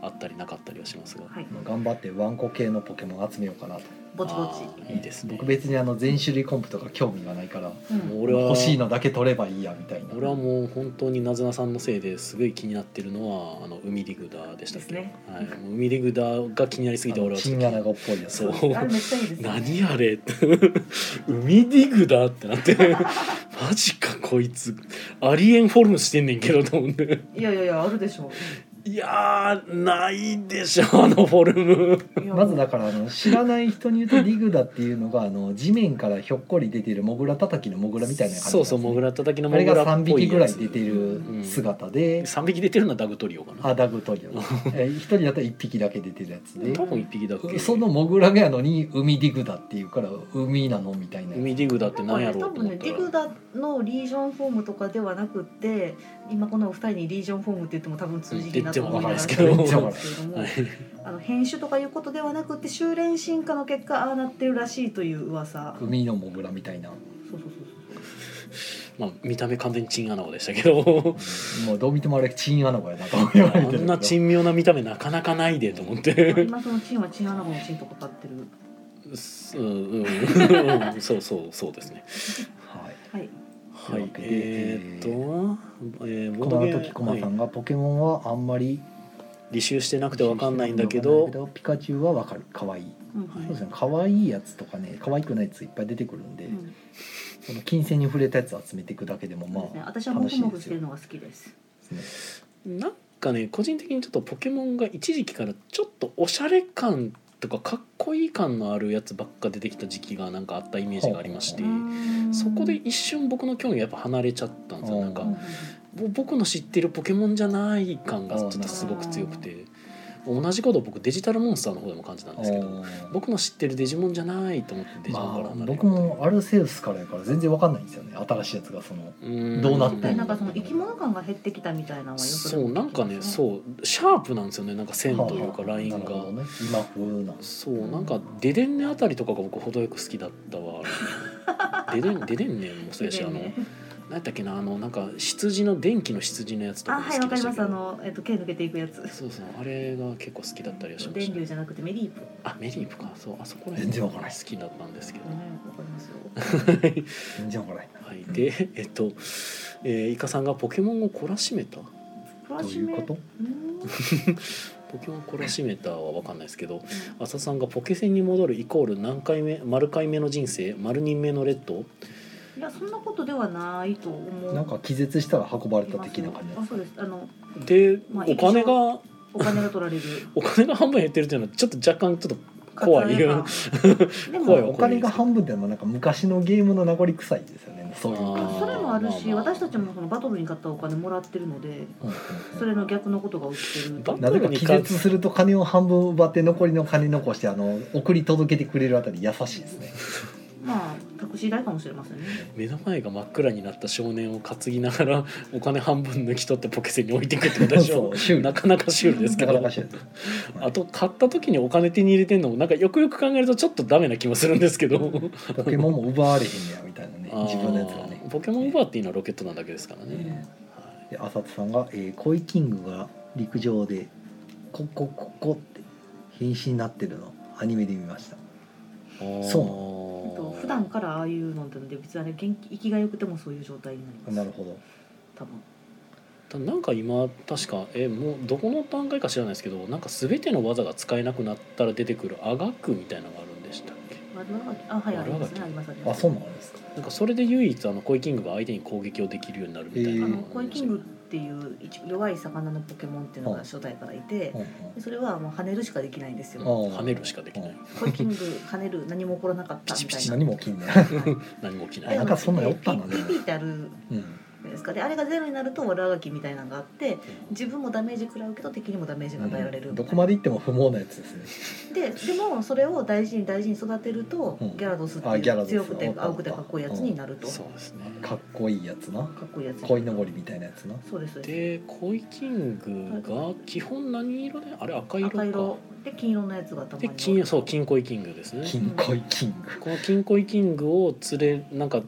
S1: あったりなかったりはしますが
S3: はい
S2: まあ頑張ってワンコ系のポケモン集めようかなと
S3: ぼちぼち
S1: あーいいですね
S2: 僕別にあの全種類コンプとか興味がないから
S3: うん
S1: 俺は
S2: 欲しいのだけ取ればいいやみたいな
S1: 俺はもう本当になずなさんのせいですごい気になってるのはあの海リグダーでしたっけ、
S3: ですね
S1: はい、もう海リグダーが気になりすぎて
S2: あの
S1: 俺は
S2: チ
S1: ちょっ
S2: ン
S1: と
S2: アナゴっぽいやつ
S1: そう
S3: あれめっちゃいいですね
S1: 何あれ (laughs) 海リグダーってなって (laughs) マジかこいつありえんフォルムしてんねんけどと思って
S3: いやいやいやあるでしょ
S1: いやーないでしょあのフォルム
S3: ういや
S2: まずだからあの知らない人に言うとリグダっていうのがあの地面からひょっこり出ているモグラ叩きのモグラみたいな感じなん
S1: そう
S2: です
S1: そう
S2: ね
S1: モグラ叩きの
S2: あ
S1: モ
S2: れ
S1: グ
S2: が
S1: ラ
S2: 3
S1: っぽ
S2: 匹
S1: い
S2: ぐ
S1: や
S2: ら
S1: つ
S2: い出ている姿で、
S1: 3匹出てるのはダグトリオかな
S2: あダグトリオえ1人だと1匹だけ出てるやつで
S1: 多分1匹だけ
S2: そのモグラがやのに海ディグダっていうから海なのみたいな
S1: 海リグダーって
S3: な
S1: 何
S3: んか
S1: や
S3: ね
S1: ろ
S3: 多
S1: うと思
S3: 分
S1: っ
S3: ね
S1: た
S3: ディ
S1: ら
S3: グダのリージョンフォームとかではなくって今このお二人にリージョンフォームって言っても多分通じるなと思いながら
S1: 言っても
S2: わかんない
S3: で
S2: です
S3: けど (laughs) も
S1: はい
S3: あの編集とかいうことではなくて修練進化の結果ああなってるらしいという噂
S2: 海のモグラみたいな、
S3: そうそうそ
S1: ま
S3: う
S1: あ、見た目完全にチンアナゴでしたけど
S2: もうどう見てもあれチンアナゴやなと言わ
S1: あ
S2: れてる
S1: んな珍妙な見た目なかなかないでと思って
S2: (laughs)
S3: そう今そのチンはチンアナゴのチンとかか
S1: (laughs)
S3: ってる
S1: うんうん、うん、そうそうそうですね
S2: はい
S3: は
S1: は
S2: という
S3: い
S2: わ
S1: い
S2: けで
S1: えー、っと、えー、ボ
S2: こ
S1: ード
S2: の
S1: ゲーム
S2: 時駒さ
S1: はい
S2: んがポケモンはあんまり
S1: 履修してなくてわかんないんだけど
S2: ピカチュウはわかる可愛い
S3: うん
S1: はい
S2: そうですね可愛いやつとかね可愛くないやついっぱい出てくるんで、
S3: うん
S2: その金銭に触れたやつ集めていくだけでも
S3: そうですね
S2: まあ
S3: 私はモフモフしてるのが好きです
S2: ですね
S1: なんかね個人的にちょっとポケモンが一時期からちょっとおしゃれ感とかかっこいい感のあるやつばっか出てきた時期がなんかあったイメージがありまして
S3: うーん
S1: そこで一瞬僕の興味がやっぱ離れちゃったんですよなんか
S3: うんうんうん
S1: ぼ僕の知ってるポケモンじゃない感がちょっとすごく強くて同じことを僕デジタルモンスターの方でも感じたんですけど
S2: あ
S1: 僕の知ってるデジモンじゃないと思ってデジ
S2: ー
S1: モンから
S2: まあ
S1: 離れる
S2: 僕もアルセウスからやから全然わかんないんですよね新しいやつがその
S1: うん
S2: どうなって
S3: で
S2: ん
S3: なんかその生き物感が減ってきたみたいなのはよく
S1: そうなんかね
S3: う
S1: そうシャープなんですよねなんか線というかライン
S2: はあはあなるほど
S1: が。
S2: ね、今風な
S1: そうなんかデデンネあたりとかが僕程よく好きだったわデデンデデンネもそうやしあの
S3: ね
S1: 何やったっけなあのなんか羊の電気の羊のやつとか
S3: あ
S1: も好
S3: はい
S1: き
S3: わか
S1: でし
S3: り
S1: たけ
S3: ますあ
S1: ど
S3: の、えっと、毛抜けていくやつ
S1: そうそうあれが結構好きだったりはしまし
S3: 電
S1: た
S3: 流
S1: ね
S3: じゃなくてメリープ
S1: あメリープかそうあそこら
S2: 全然わからない
S1: 好きだったんですけど
S3: ごめんわかりますよ
S2: 全然わからないな
S1: はい、で、えっと、えー、イカさんがポケモンを懲らしめた。
S3: ど
S2: どういうこと
S1: ポケモンを懲らしめたは分かんないですけど、浅田さんがポケセンに戻るイコール何回目、丸回目の人生、丸人目のレッド。
S3: いやそんなことではないと思う
S2: なんか気絶したら運ばれた的な感じ
S3: あそうですあの
S1: で、
S3: まあ
S1: お金が
S3: お金が取 (laughs) られる
S1: お金が半分減ってるっていうのはちょっと若干ちょっと怖いよ
S3: でも
S1: 怖いわ
S2: お金が半分ってのもなんか昔のゲームの名残臭いですよねそういう
S1: あ
S2: 感
S1: ー
S3: それもあるし
S1: まあまあ
S3: 私たちもそのバトルに勝ったお金もらってるので
S2: うんうん
S3: それの逆のことが起きてる
S1: バ
S2: うんなぜか気絶すると金を半分奪って残りの金残してあの送り届けてくれるあたり優しいですね
S3: まあタクシー代かもしれませんね
S1: 目の前が真っ暗になった少年を担ぎながらお金半分抜き取ってポケセンに置いていくってことでしょ
S2: (laughs) そう修理
S1: なかなかシュールですけ
S2: な
S1: ど
S2: かなかしない
S1: あと買った時にお金手に入れてんのもなんかよくよく考えるとちょっとダメな気もするんですけど
S2: ポケモンも奪われへんねやみたいな
S1: (laughs)
S2: ね
S1: あー
S2: (laughs) 自分のやつはね
S1: ポケモンウバーっていうのはロケットなんだけですからね、はい
S2: で浅田さんが、えーコイキングが陸上でココココって変身になってるのアニメで見ました
S1: あー
S3: えっと普段からああいうので別にあれ元気息が良くてもそういう状態になります
S2: なるほど
S3: 多分
S1: ただなんか今確かえもうどこの段階か知らないですけどなんか全ての技が使えなくなったら出てくるあがくみたいなのがあるんでしたっけ
S3: 悪あがきあはいありますねありますありま
S2: あ
S3: す
S2: そうなんですか
S1: なんかそれで唯一あのコイキングが相手に攻撃をできるようになるみたい
S2: へ
S1: な
S2: ー
S1: の
S3: あの
S1: があ
S3: コ
S1: り
S3: イ
S1: ま
S3: キ
S1: した
S3: ン
S1: ね、
S3: グっていう一弱い魚のポケモンっていうのが初代からいて (laughs)
S2: うんうん
S3: でそれはもう跳ねるしかできないんです
S2: あ
S3: よ
S2: ー
S1: 跳ねるしかできない
S3: コイキング跳ねる何も起こらなかったみ
S1: ピ
S3: た
S1: チ
S3: いな
S2: 何も起きんね
S3: (laughs) はい
S1: 何も起き
S2: あ
S1: ない
S2: な
S1: あ
S2: んかそんなんやったな
S3: ピピピってある
S2: うん
S3: ですかであれがゼロになると悪あがきみたいなのがあって自分もダメージ食らうけど敵にもダメージが与えられる、
S2: どこまで行っても不毛なやつですね
S3: ででもそれを大事に大事に育てると、
S2: うん
S3: ギャラドスって
S2: あギャラ
S3: い
S2: ドス
S3: う強くて
S2: おった
S3: 青くてかっこいいやつになると、
S1: そうですね
S2: かっこいいやつな
S3: かっこいいやつ
S2: 鯉のぼりみたいなやつな
S3: そうですそうです
S1: でコイキングが基本何色であれ赤色か
S3: 赤色で金色のやつがたま
S1: で
S3: に
S1: 金そう金コイキングですね
S2: 金恋キング
S1: この金コイキングを連れなんか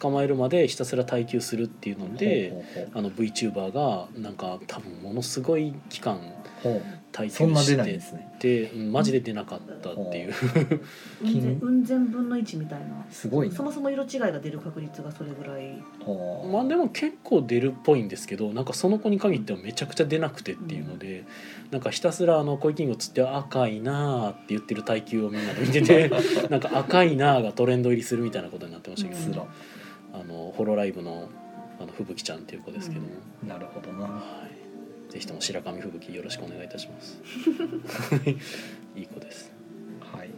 S1: 捕まえるまでひたすら耐久するっていうので
S2: ほうほう
S1: あの VTuber がなんか多分ものすごい期間
S2: ほうほう
S1: 耐
S2: そ
S1: 久
S2: んな出
S1: し
S2: ないんで
S1: て
S2: すね
S1: でうんマジで出なかったっていう
S3: うんぜん
S2: 金
S3: うん千分の一みたいな
S2: すごいな
S3: そもそも色違いが出る確率がそれぐらい
S2: ほう
S1: まあでも結構出るっぽいんですけどなんかその子に限ってはめちゃくちゃ出なくてっていうのでなんかひたすらあのコイキングを釣って赤いなーって言ってる耐久をみんなで見て
S2: (laughs)
S1: てなんか赤いなーがトレンド入りするみたいなことになってましたけ
S2: す
S1: ど
S2: ら
S1: あのホロライブのあの吹雪ちゃんっていう子ですけども。
S3: うん
S2: なるほどな
S1: はい、ぜひとも白神吹雪よろしくお願いいたし
S2: (laughs)
S1: ます。 (laughs) いい子です。
S2: はい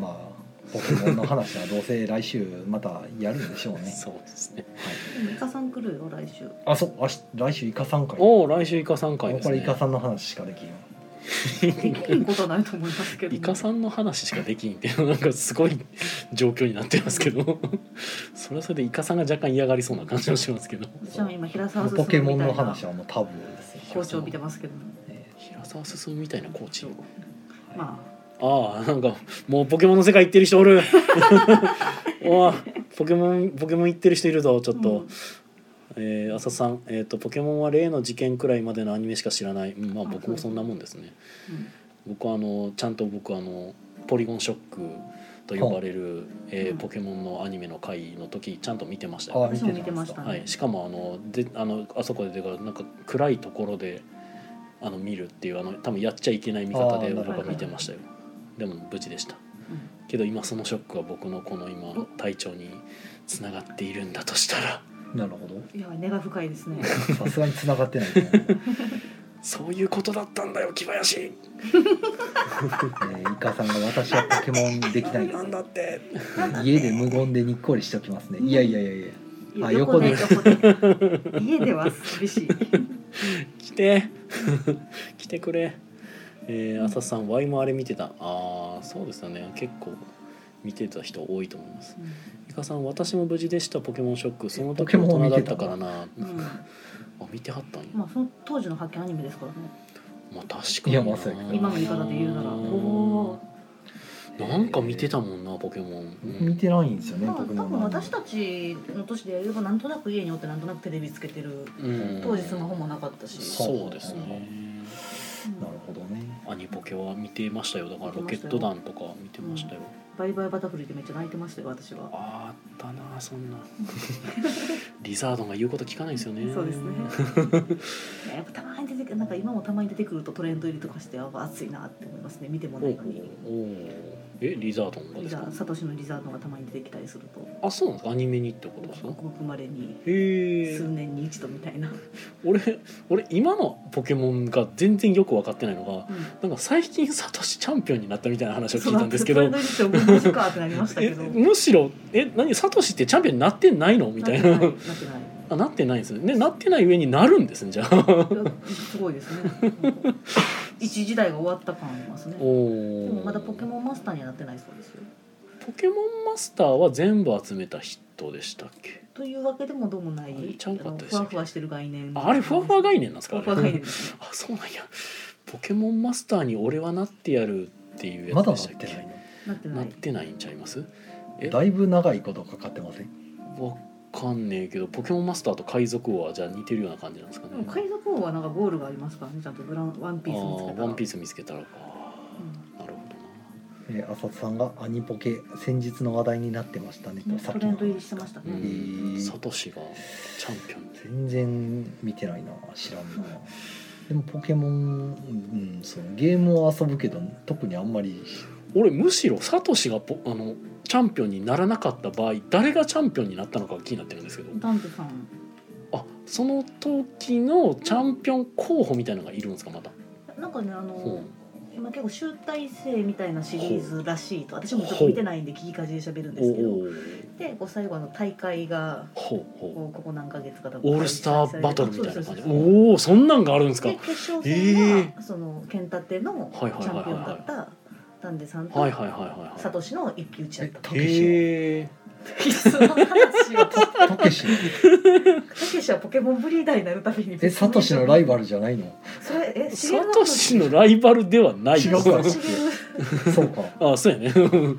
S2: まあポケモンの話はどうせ来週またやるんでしょうね
S1: そうですね。
S3: でもイカさん来るよ来
S1: (laughs)
S3: 週
S2: あそうあし来週イカさん会
S1: おお、来週イカさん会で
S2: もう
S1: す
S2: これイ
S1: ね。
S2: カさんの話しかできんわ
S3: できることはないと思いますけど、
S1: イカさんの話しかできんっていうなんかすごい状況になってますけど、 (laughs) それはそれでイカさんが若干嫌がりそうな感じもしますけど。
S3: 私は今平
S2: も
S3: 沢
S2: う
S3: 進
S2: ポケモン
S3: みた
S2: の
S3: いな
S2: 話はもうタブーですよ
S3: 校長見てますけども
S2: え
S1: 平沢進みたいなコーチ。
S2: ーはい
S3: ま
S1: ああ、なんかもうポケモンの世界行ってる人おる。 (laughs) おお、ポケモンポケモン行ってる人いるぞち
S3: あ
S1: ょっと。えー、浅田さん、えーと「ポケモンは例の事件くらいまでのアニメしか知らない」うんまあ
S3: あ
S1: 僕もそんなもんですね
S3: うんうん
S1: 僕はあのちゃんと僕はあのポリゴンショックと呼ばれる、えー
S3: うん
S1: ポケモンのアニメの回の時ちゃんと見てました
S2: あ
S1: よ、
S3: 私も見てましたね、
S1: はい、しかもあのであのあそこでてかなんか暗いところであの見るっていうあの多分やっちゃいけない見方
S2: あ
S1: で
S2: ーなるほ
S1: 僕は
S2: ど
S1: 見てましたよでも無事でした
S3: うん
S1: けど今そのショックは僕のこの今
S3: お
S1: 体調につながっているんだとしたら
S2: なるほど
S3: いや根が深いです
S1: (laughs)
S3: ね。
S2: さすがに繋がってないと思う、
S1: そういうことだったんだよ木林
S2: えーイカさんが私はポケモンできない
S1: なんだって
S2: 家で無言でにっこりしておきますねいやいやいやいや
S3: いや
S2: あ
S3: 横で
S2: 横
S1: (laughs)
S3: 横で家では厳しい。
S1: 来て (laughs) 来てくれえー、浅瀬さんワイもあれ見てたあーそうですよね結構見てた人多いと思いますイカさん私も無事でしたポケモンショックその
S2: ポ
S1: 時
S2: ケ
S1: 大
S2: モン
S1: 人
S2: 見
S1: だってた
S2: た
S1: からな、
S3: うん、
S1: あ見てはったんや
S3: まあその当時の発見アニメですからね。
S1: まあ確かに
S2: いやまさやけど
S3: 今の言い方で言うなら、おお。
S1: なんか見てたもんなポケモン、うん
S2: 見てないんですよね、
S3: まあ多
S2: ポケモン
S3: 分
S2: の
S3: 私たちの年でやればなんとなく家におってなんとなくテレビつけてる。
S1: うん
S3: 当時スマホもなかったし。
S1: そうですね
S3: うん
S2: なるほどね
S1: アニポケは見てましたよだからロケット団とか見てましたよ、
S3: バイバイバタフリーでめっちゃ泣いてましたよ私は。
S1: あったなそんな (laughs) リザードンが言うこと聞かないですよね
S3: そうですね。
S1: (laughs)
S3: いややっぱたまに出てくるなんか今もたまに出てくるとトレンド入りとかしてやっぱ熱いなって思いますね見ても
S1: お
S3: な
S1: う
S3: いのに。
S1: おうえリザートンが
S3: リ
S1: です
S3: ザ
S1: か
S3: サトシのリザードがたまに出てきたりすると
S1: あそうなんですかアニメにってことですか
S3: ごくまれに
S1: へえ
S3: 数年に一度みたいな、
S1: 俺俺今のポケモンが全然よく分かってないのが
S3: うん
S1: なんか最近サトシチャンピオンになったみたいな話を
S3: そ
S1: 聞
S3: う
S1: いたんですけど
S3: なんかそれの理事長マジかってなりましたけ
S1: え
S3: ど
S1: むしろえ何サトシってチャンピオンになってないの (laughs) みたいな
S3: なってない
S1: あなってないんですねねなってない上になるんですねじゃあ
S3: なってないいやすごいですねうん一時代が終わった感ありますねで
S1: (laughs) お
S3: も
S1: お
S3: まだポケモンマスターにはなってないそうですよ
S1: ポケモンマスターは全部集めた人でしたっけ
S3: というわけでもどうもない
S1: あれちゃうかったでし
S3: ふ
S1: た
S3: わ
S1: っけ
S3: ふわしてる概念
S1: ああれふわふわ概念なんです
S3: ふ
S1: か
S3: わ
S1: あ
S3: ふわ概念
S1: れ
S3: ですね
S1: あそうなんやポケモンマスターに俺はなってやるっていうや
S2: ま
S1: つで
S2: だなっ
S1: したってけ
S2: ない
S3: なってな
S1: ないってないんちゃいますえ
S2: のだいぶ長いことかかってません
S1: わかんねえけどポケモンマスターと海賊王はじゃあ似てるような感じなんですか
S3: でも
S1: ね
S3: 海賊王はなんかゴールがありますからねちゃんとグランワン
S1: あ
S3: ピース見つけ
S1: ー
S3: たら
S1: ワンピース見つけたらかなるほどな
S2: えー浅田さんが「アニポケ先日の話題になってましたね」
S3: うん
S2: と
S3: ト
S2: っき
S3: レ
S2: の
S3: ンド入
S2: 話
S3: りしてましたね
S1: う、ん
S2: へー
S1: サトシがチャンピオンで
S2: 全然見てないな知らんなでもポケモン、うん、そうゲームを遊ぶけど特にあんまり
S1: 俺むしろサトシがポあのチャンピオンにならなかった場合誰がチャンピオンになったのかが気になってるんですけど
S3: ダンテさん
S1: あその時のチャンピオン候補みたいなのがいるんですかまた、
S3: なんかねあの、
S1: ほ
S3: 今結構集大成みたいなシリーズらしいと私もちょっと見てないんで聞きかじで喋る
S1: う
S3: んですけ
S1: お
S3: ど
S1: お
S3: でこう最後の大会が
S1: ほうほう
S3: こうここ何ヶ月かだ
S1: オールスターバトルみたいな感じ
S3: そうそうそう
S1: おおそんなんがあるんですか
S3: そうで決勝
S1: へ
S3: 戦
S1: ー
S3: はその剣立てのチ
S1: はいはいはいはい
S3: ャンピオンだったダンデさん
S1: はい
S3: と
S1: はいはいはい
S3: サ
S1: は
S3: トシの一騎打ちだった
S2: え
S1: いへえ
S3: その話をた
S2: たけし
S3: けしはポケモンブリーダーになるたびに
S2: えサトシのライ
S3: ブ
S2: バルじゃない (laughs) の
S3: それえシゲ
S1: サ
S3: ル
S1: トシのライバルではない
S2: 違う
S1: よ
S2: か
S3: シゲル
S2: そうか
S1: あそうやね (laughs) うん
S3: う
S1: うんん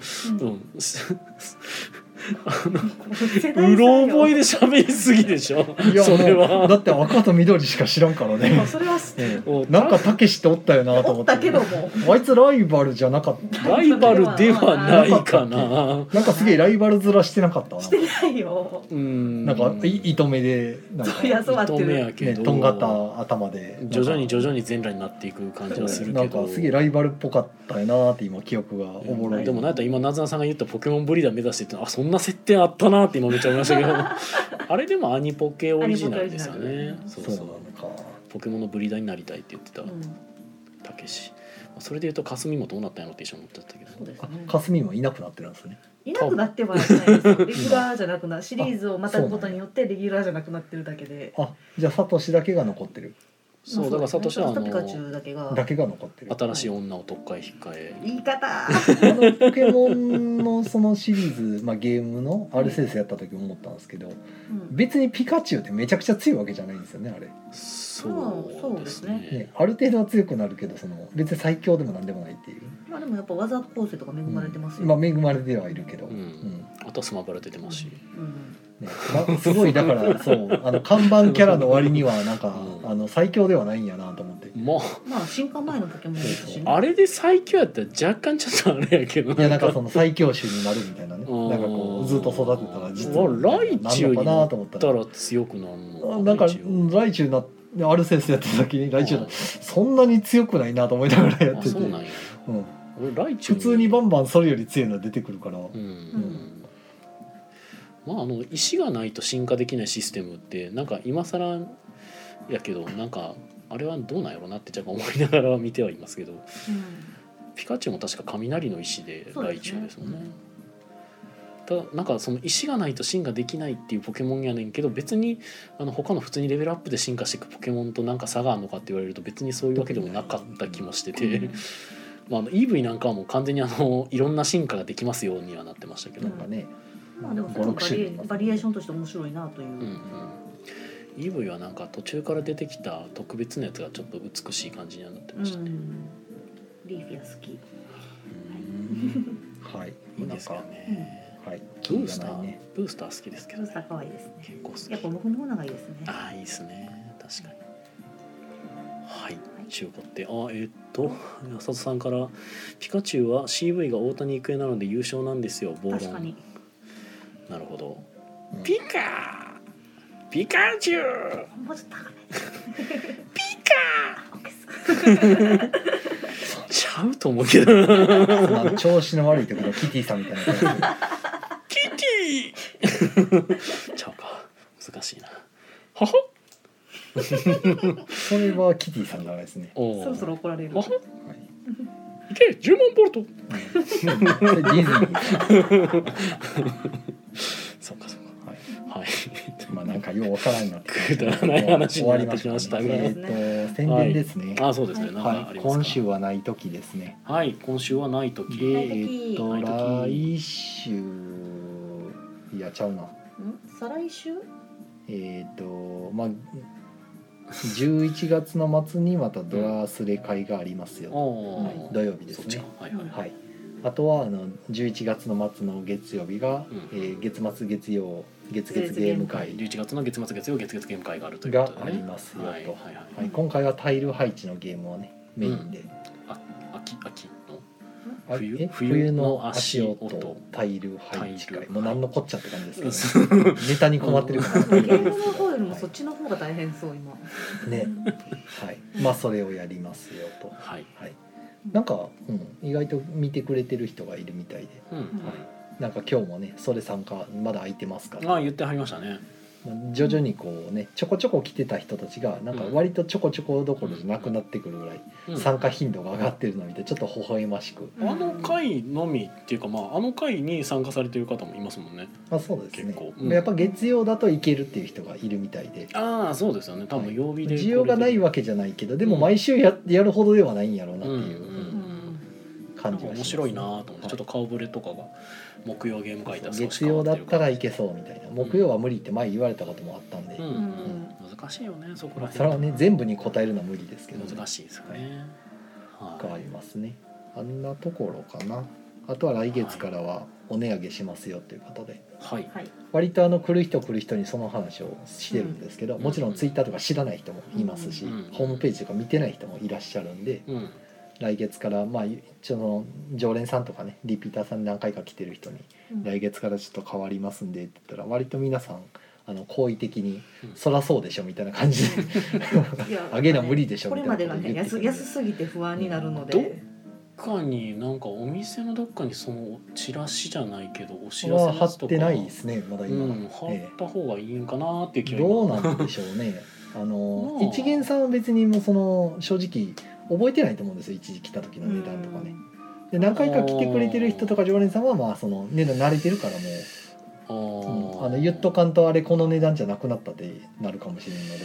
S3: 世代差よ
S1: うろ覚えで喋りすぎでしょ
S2: いや
S1: それ
S2: もう
S1: は
S2: だって赤と緑しか知らんから
S3: でも
S2: ね
S3: それは知ってる
S1: お
S2: なんかたけしっておったよなと
S3: お
S2: 思
S3: っ
S2: って
S3: たけども
S2: あいつライバルじゃなかった
S1: ライバルではないかな。
S2: なんかすげえライバル面してなかったな
S3: してないよ
S1: うん。
S2: なんかい糸目でなんか
S3: そうやそうやって
S1: 認め
S3: る
S1: やけ
S2: ね
S1: ど。
S2: とんがった頭で
S1: 徐々に徐
S2: に
S1: 々に全裸になっていく感じはする
S2: な
S1: け
S2: ん
S1: ど。
S2: かすげえライバルっぽかったよなーって今記憶がおぼろい
S1: でもなんやったら今夏菜さんが言ったポケモンブリーダー目指してってあそんな設定あったなって今めっちゃ思いましたけど
S2: (laughs)
S1: あれでもアニポケオリジナルですよね
S3: アニポケオリジナル
S1: そう
S2: そう
S1: そう
S2: なのか
S1: ポケモンのブリーダーになりたいって言ってた
S3: うん
S1: たけしそれで言うとかすみもどうなったんやろって一緒に思っちゃったけど
S3: そうです
S2: あ
S3: ね
S2: 霞もいなくなってるんですね
S3: いなくなってはいないですよレギュラーじゃなくなシリーズをまたぐことによってレギュラーじゃなくなってるだけで
S2: あじゃあサトシだけが残ってる
S1: そうだからサトシはあ
S3: ピカチ
S1: の
S3: ュウだけが
S2: だけが残ってる
S1: 新しい女を特っかえ引っかえ
S3: 言い
S1: (laughs)
S3: 方
S2: あのポケモンのそのシリーズ、まあ、ゲームの RSS やった時思ったんですけど
S3: うん
S2: 別にピカチュウってめちゃくちゃ強いわけじゃないんですよねあれ
S1: そうです
S3: そうです
S1: ね
S2: ね、ある程度は強くなるけどその別に最強でもなんでもないっていう、
S3: まあでもやっぱ技構成とか恵
S2: うん
S3: まれてますよ
S2: まあ、恵まれてはいるけど、
S1: うんあとはスマブラ出てますし
S3: うん
S2: ねまあすごいだ
S1: (laughs)
S2: からそうあの看板キャラの割にはなんか、
S1: うん
S2: あの最強ではないんやなと思って。
S1: まあ
S3: まあ進化前のポケモンですしね
S1: あれで最強やったら若干ちょっとあれやけど
S2: いやなんかその最強種になるみたいなねなんかこうずっと育てたら実は
S1: まあライチュウに
S2: なんのかなと思っ
S1: だ
S2: た
S1: った
S2: ら
S1: ら強くなるの
S2: なんか
S1: 一応
S2: うんライチュウなアルセスやってた時にライチュウなそんなに強くないなと思いながらやっ
S1: あ
S2: てて
S1: そうなんや
S2: うん
S1: 俺ライチュ
S2: 普
S1: ウ
S2: 通にバンバンそれより強いの出てくるから
S1: うん、
S3: ん
S1: まああの石がないと進化できないシステムってなんか今更やけどなんかあれはどうなんやろなって若干思いながら見てはいますけどピカチュウも確か雷の石で
S3: そう
S1: ラ
S3: ですね
S1: イチュウですもんね。ただなんかその石がないと進化できないっていうポケモンやねんけど別にあの他の普通にレベルアップで進化していくポケモンとなんか差があるのかって言われると別にそういうわけでもなかった気もして
S3: うん
S1: て、まあ、あの EV なんかはもう完全にあのいろんな進化ができますようにはなってましたけど、
S2: な
S1: うん
S2: かね
S3: まあでもそれもバリエバリエーションとして面白いなという、
S1: んうん EV はなんか途中から出てきた特別なやつがちょっと美しい感じにはなって
S3: う
S1: ましたね。
S3: ん、リーフィア好き
S2: はい
S1: いいですよね。
S2: なんかはい
S1: ブ
S2: 気
S1: ー
S2: に
S1: ス
S2: が
S1: タ
S2: な
S1: ー
S2: いね、
S1: ブースター好きですけ
S3: キ
S1: ど
S3: ャスター可愛いですね
S1: 結構好き。
S3: やっぱモフモフのがいいですね
S1: ああいいですね確かにはい中古ってあえーっと浅田さんから「ピカチュウは CV が大谷育英なので優勝なんですよ暴
S3: 確か
S1: 論
S3: に」
S1: なるほど「
S2: うん
S1: ピカーピカチュウ
S3: もうちょっと高め
S1: ピカ
S3: オッケーです
S1: ーチャ買うと思うけどな
S2: まあ、調子の悪い時のキティさんみたいな感
S1: キティちゃうか難しいなはは
S2: じそれはキティさんじゃないですね、
S1: おー
S3: そろそろ怒られる
S1: はは
S2: はい
S1: いけ10万ボルト
S2: (laughs) うんそれディズニーですね
S1: そうかそう
S2: はい
S1: かはい
S2: まあなんかようわからんなって
S1: くだらない話になってきましたが
S2: 終わりましたねえっと宣伝ですね
S1: あそうですねなんかあ
S2: は
S1: りま
S2: い
S1: すか
S2: 今週はない時ですね
S1: はい今週はない時
S2: え
S3: ない時
S2: ーっと
S1: ない時
S2: 来週いやちゃうなん
S3: 再来週
S2: えーっとまあ11月の末にまたドラスレ会がありますよ
S1: おー
S2: 土曜日で
S1: そ
S2: す
S1: っち
S2: ね
S1: かはいはい
S2: はいあとはあの11月の末の月曜日が、
S1: うん
S2: えー月末月曜月月ゲーム
S1: はい
S2: 会
S1: 11月の月末月曜月月ゲーム会があるという
S2: が
S1: こと
S2: あ
S1: で
S2: り
S1: ね
S2: ますよと、
S1: は
S2: はいい
S1: はいはい
S2: 今回はタイル配置のゲームをねメインで、
S1: 秋秋の
S2: あ
S1: 冬
S2: え
S1: 冬
S2: 冬
S1: の
S2: の
S1: 足
S2: 足
S1: 音
S2: 音タイル配置
S1: タイ
S2: 会
S1: ル
S2: もう何のこっちゃって感じです
S1: そう
S2: けど、 (laughs) ね、ネタに困ってるかなと
S3: ゲ
S2: 思
S3: ー
S2: うん
S3: ム
S2: で
S3: の
S2: すけど
S3: 方よりもそっちの方が大変そう今
S2: はいねはいまあそれをやりますよと
S1: はい
S2: はいなんか、うん、意外と見てくれてる人がいるみたいで
S1: うん
S2: なんか今日もねそれ参加まだ空いてますから
S1: ああ言ってはりましたね
S2: 徐々にこうねちょこちょこ来てた人たちがなんか割とちょこちょこどころじゃなくなってくるぐらい
S1: うん
S2: 参加頻度が上がってるのを見てちょっと微笑ましく
S1: あの回のみっていうかまああの回に参加されてる方もいますもんね
S2: まあそうですね
S1: 結構うん
S2: やっぱ月曜だといけるっていう人がいるみたいで
S1: ああそうですよね多分曜日で
S2: 需要がないわけじゃないけどでも毎週ややるほどではないんやろうなっていう
S1: うん
S3: う
S2: うん
S3: ん
S1: な
S2: 感
S1: ん
S2: じ
S1: か
S2: がしますね
S1: 面白いなと思って、
S2: はい
S1: ちょっと顔ぶれとかが木曜ゲーム会だ
S2: 月曜だったらいけそうみたいな木曜は無理って前言われたこともあったんで
S1: うん、
S3: うん
S1: 難しいよねそこ
S2: ま
S1: ら
S2: あそれは
S1: 辺
S2: ね全部に答えるのは無理ですけどね
S1: 難しいですよねはい
S2: がありますねあんなところかなあとは来月からはお値上げしますよということで
S1: はい
S3: はい
S2: 割とあの来る人来る人にその話をしてるんですけど、
S1: うん
S2: もちろんツイッターとか知らない人もいますし、
S1: うん
S2: ホームページとか見てない人もいらっしゃるんで
S1: うん
S2: 来月からまあその常連さんとかねリピーターさん何回か来てる人に「来月からちょっと変わりますんで」って言ったら割と皆さんあの好意的に
S1: うん
S2: 「そらそうでしょ」みたいな
S1: (laughs)
S2: 感じで
S3: い (laughs) や
S2: 「上げな無理でしょ」
S3: こ
S2: み
S3: れ
S2: た
S3: ま
S2: いなこ
S3: でが
S2: と
S3: ね
S2: 言ってく
S3: 安
S2: るんで
S3: 安すぎて不安になるので、
S1: どどっかになんかお店のどっかにそのチラシじゃないけどお知らせの
S2: は貼
S1: やつ
S2: っ
S1: とか
S2: てないですねまだ今、
S1: うん、貼った方がいいんかなっていう気が
S2: どうなんでしょ
S1: (laughs)
S2: うねあの
S1: まあ
S2: 一元さんは別にもうその正直覚えてないと思うんですよ一時来た時の値段とかね、で何回か来てくれてる人とか常連さんはまあその値段慣れてるからもう、うんあの言っとかんとあれこの値段じゃなくなったってなるかもしれないので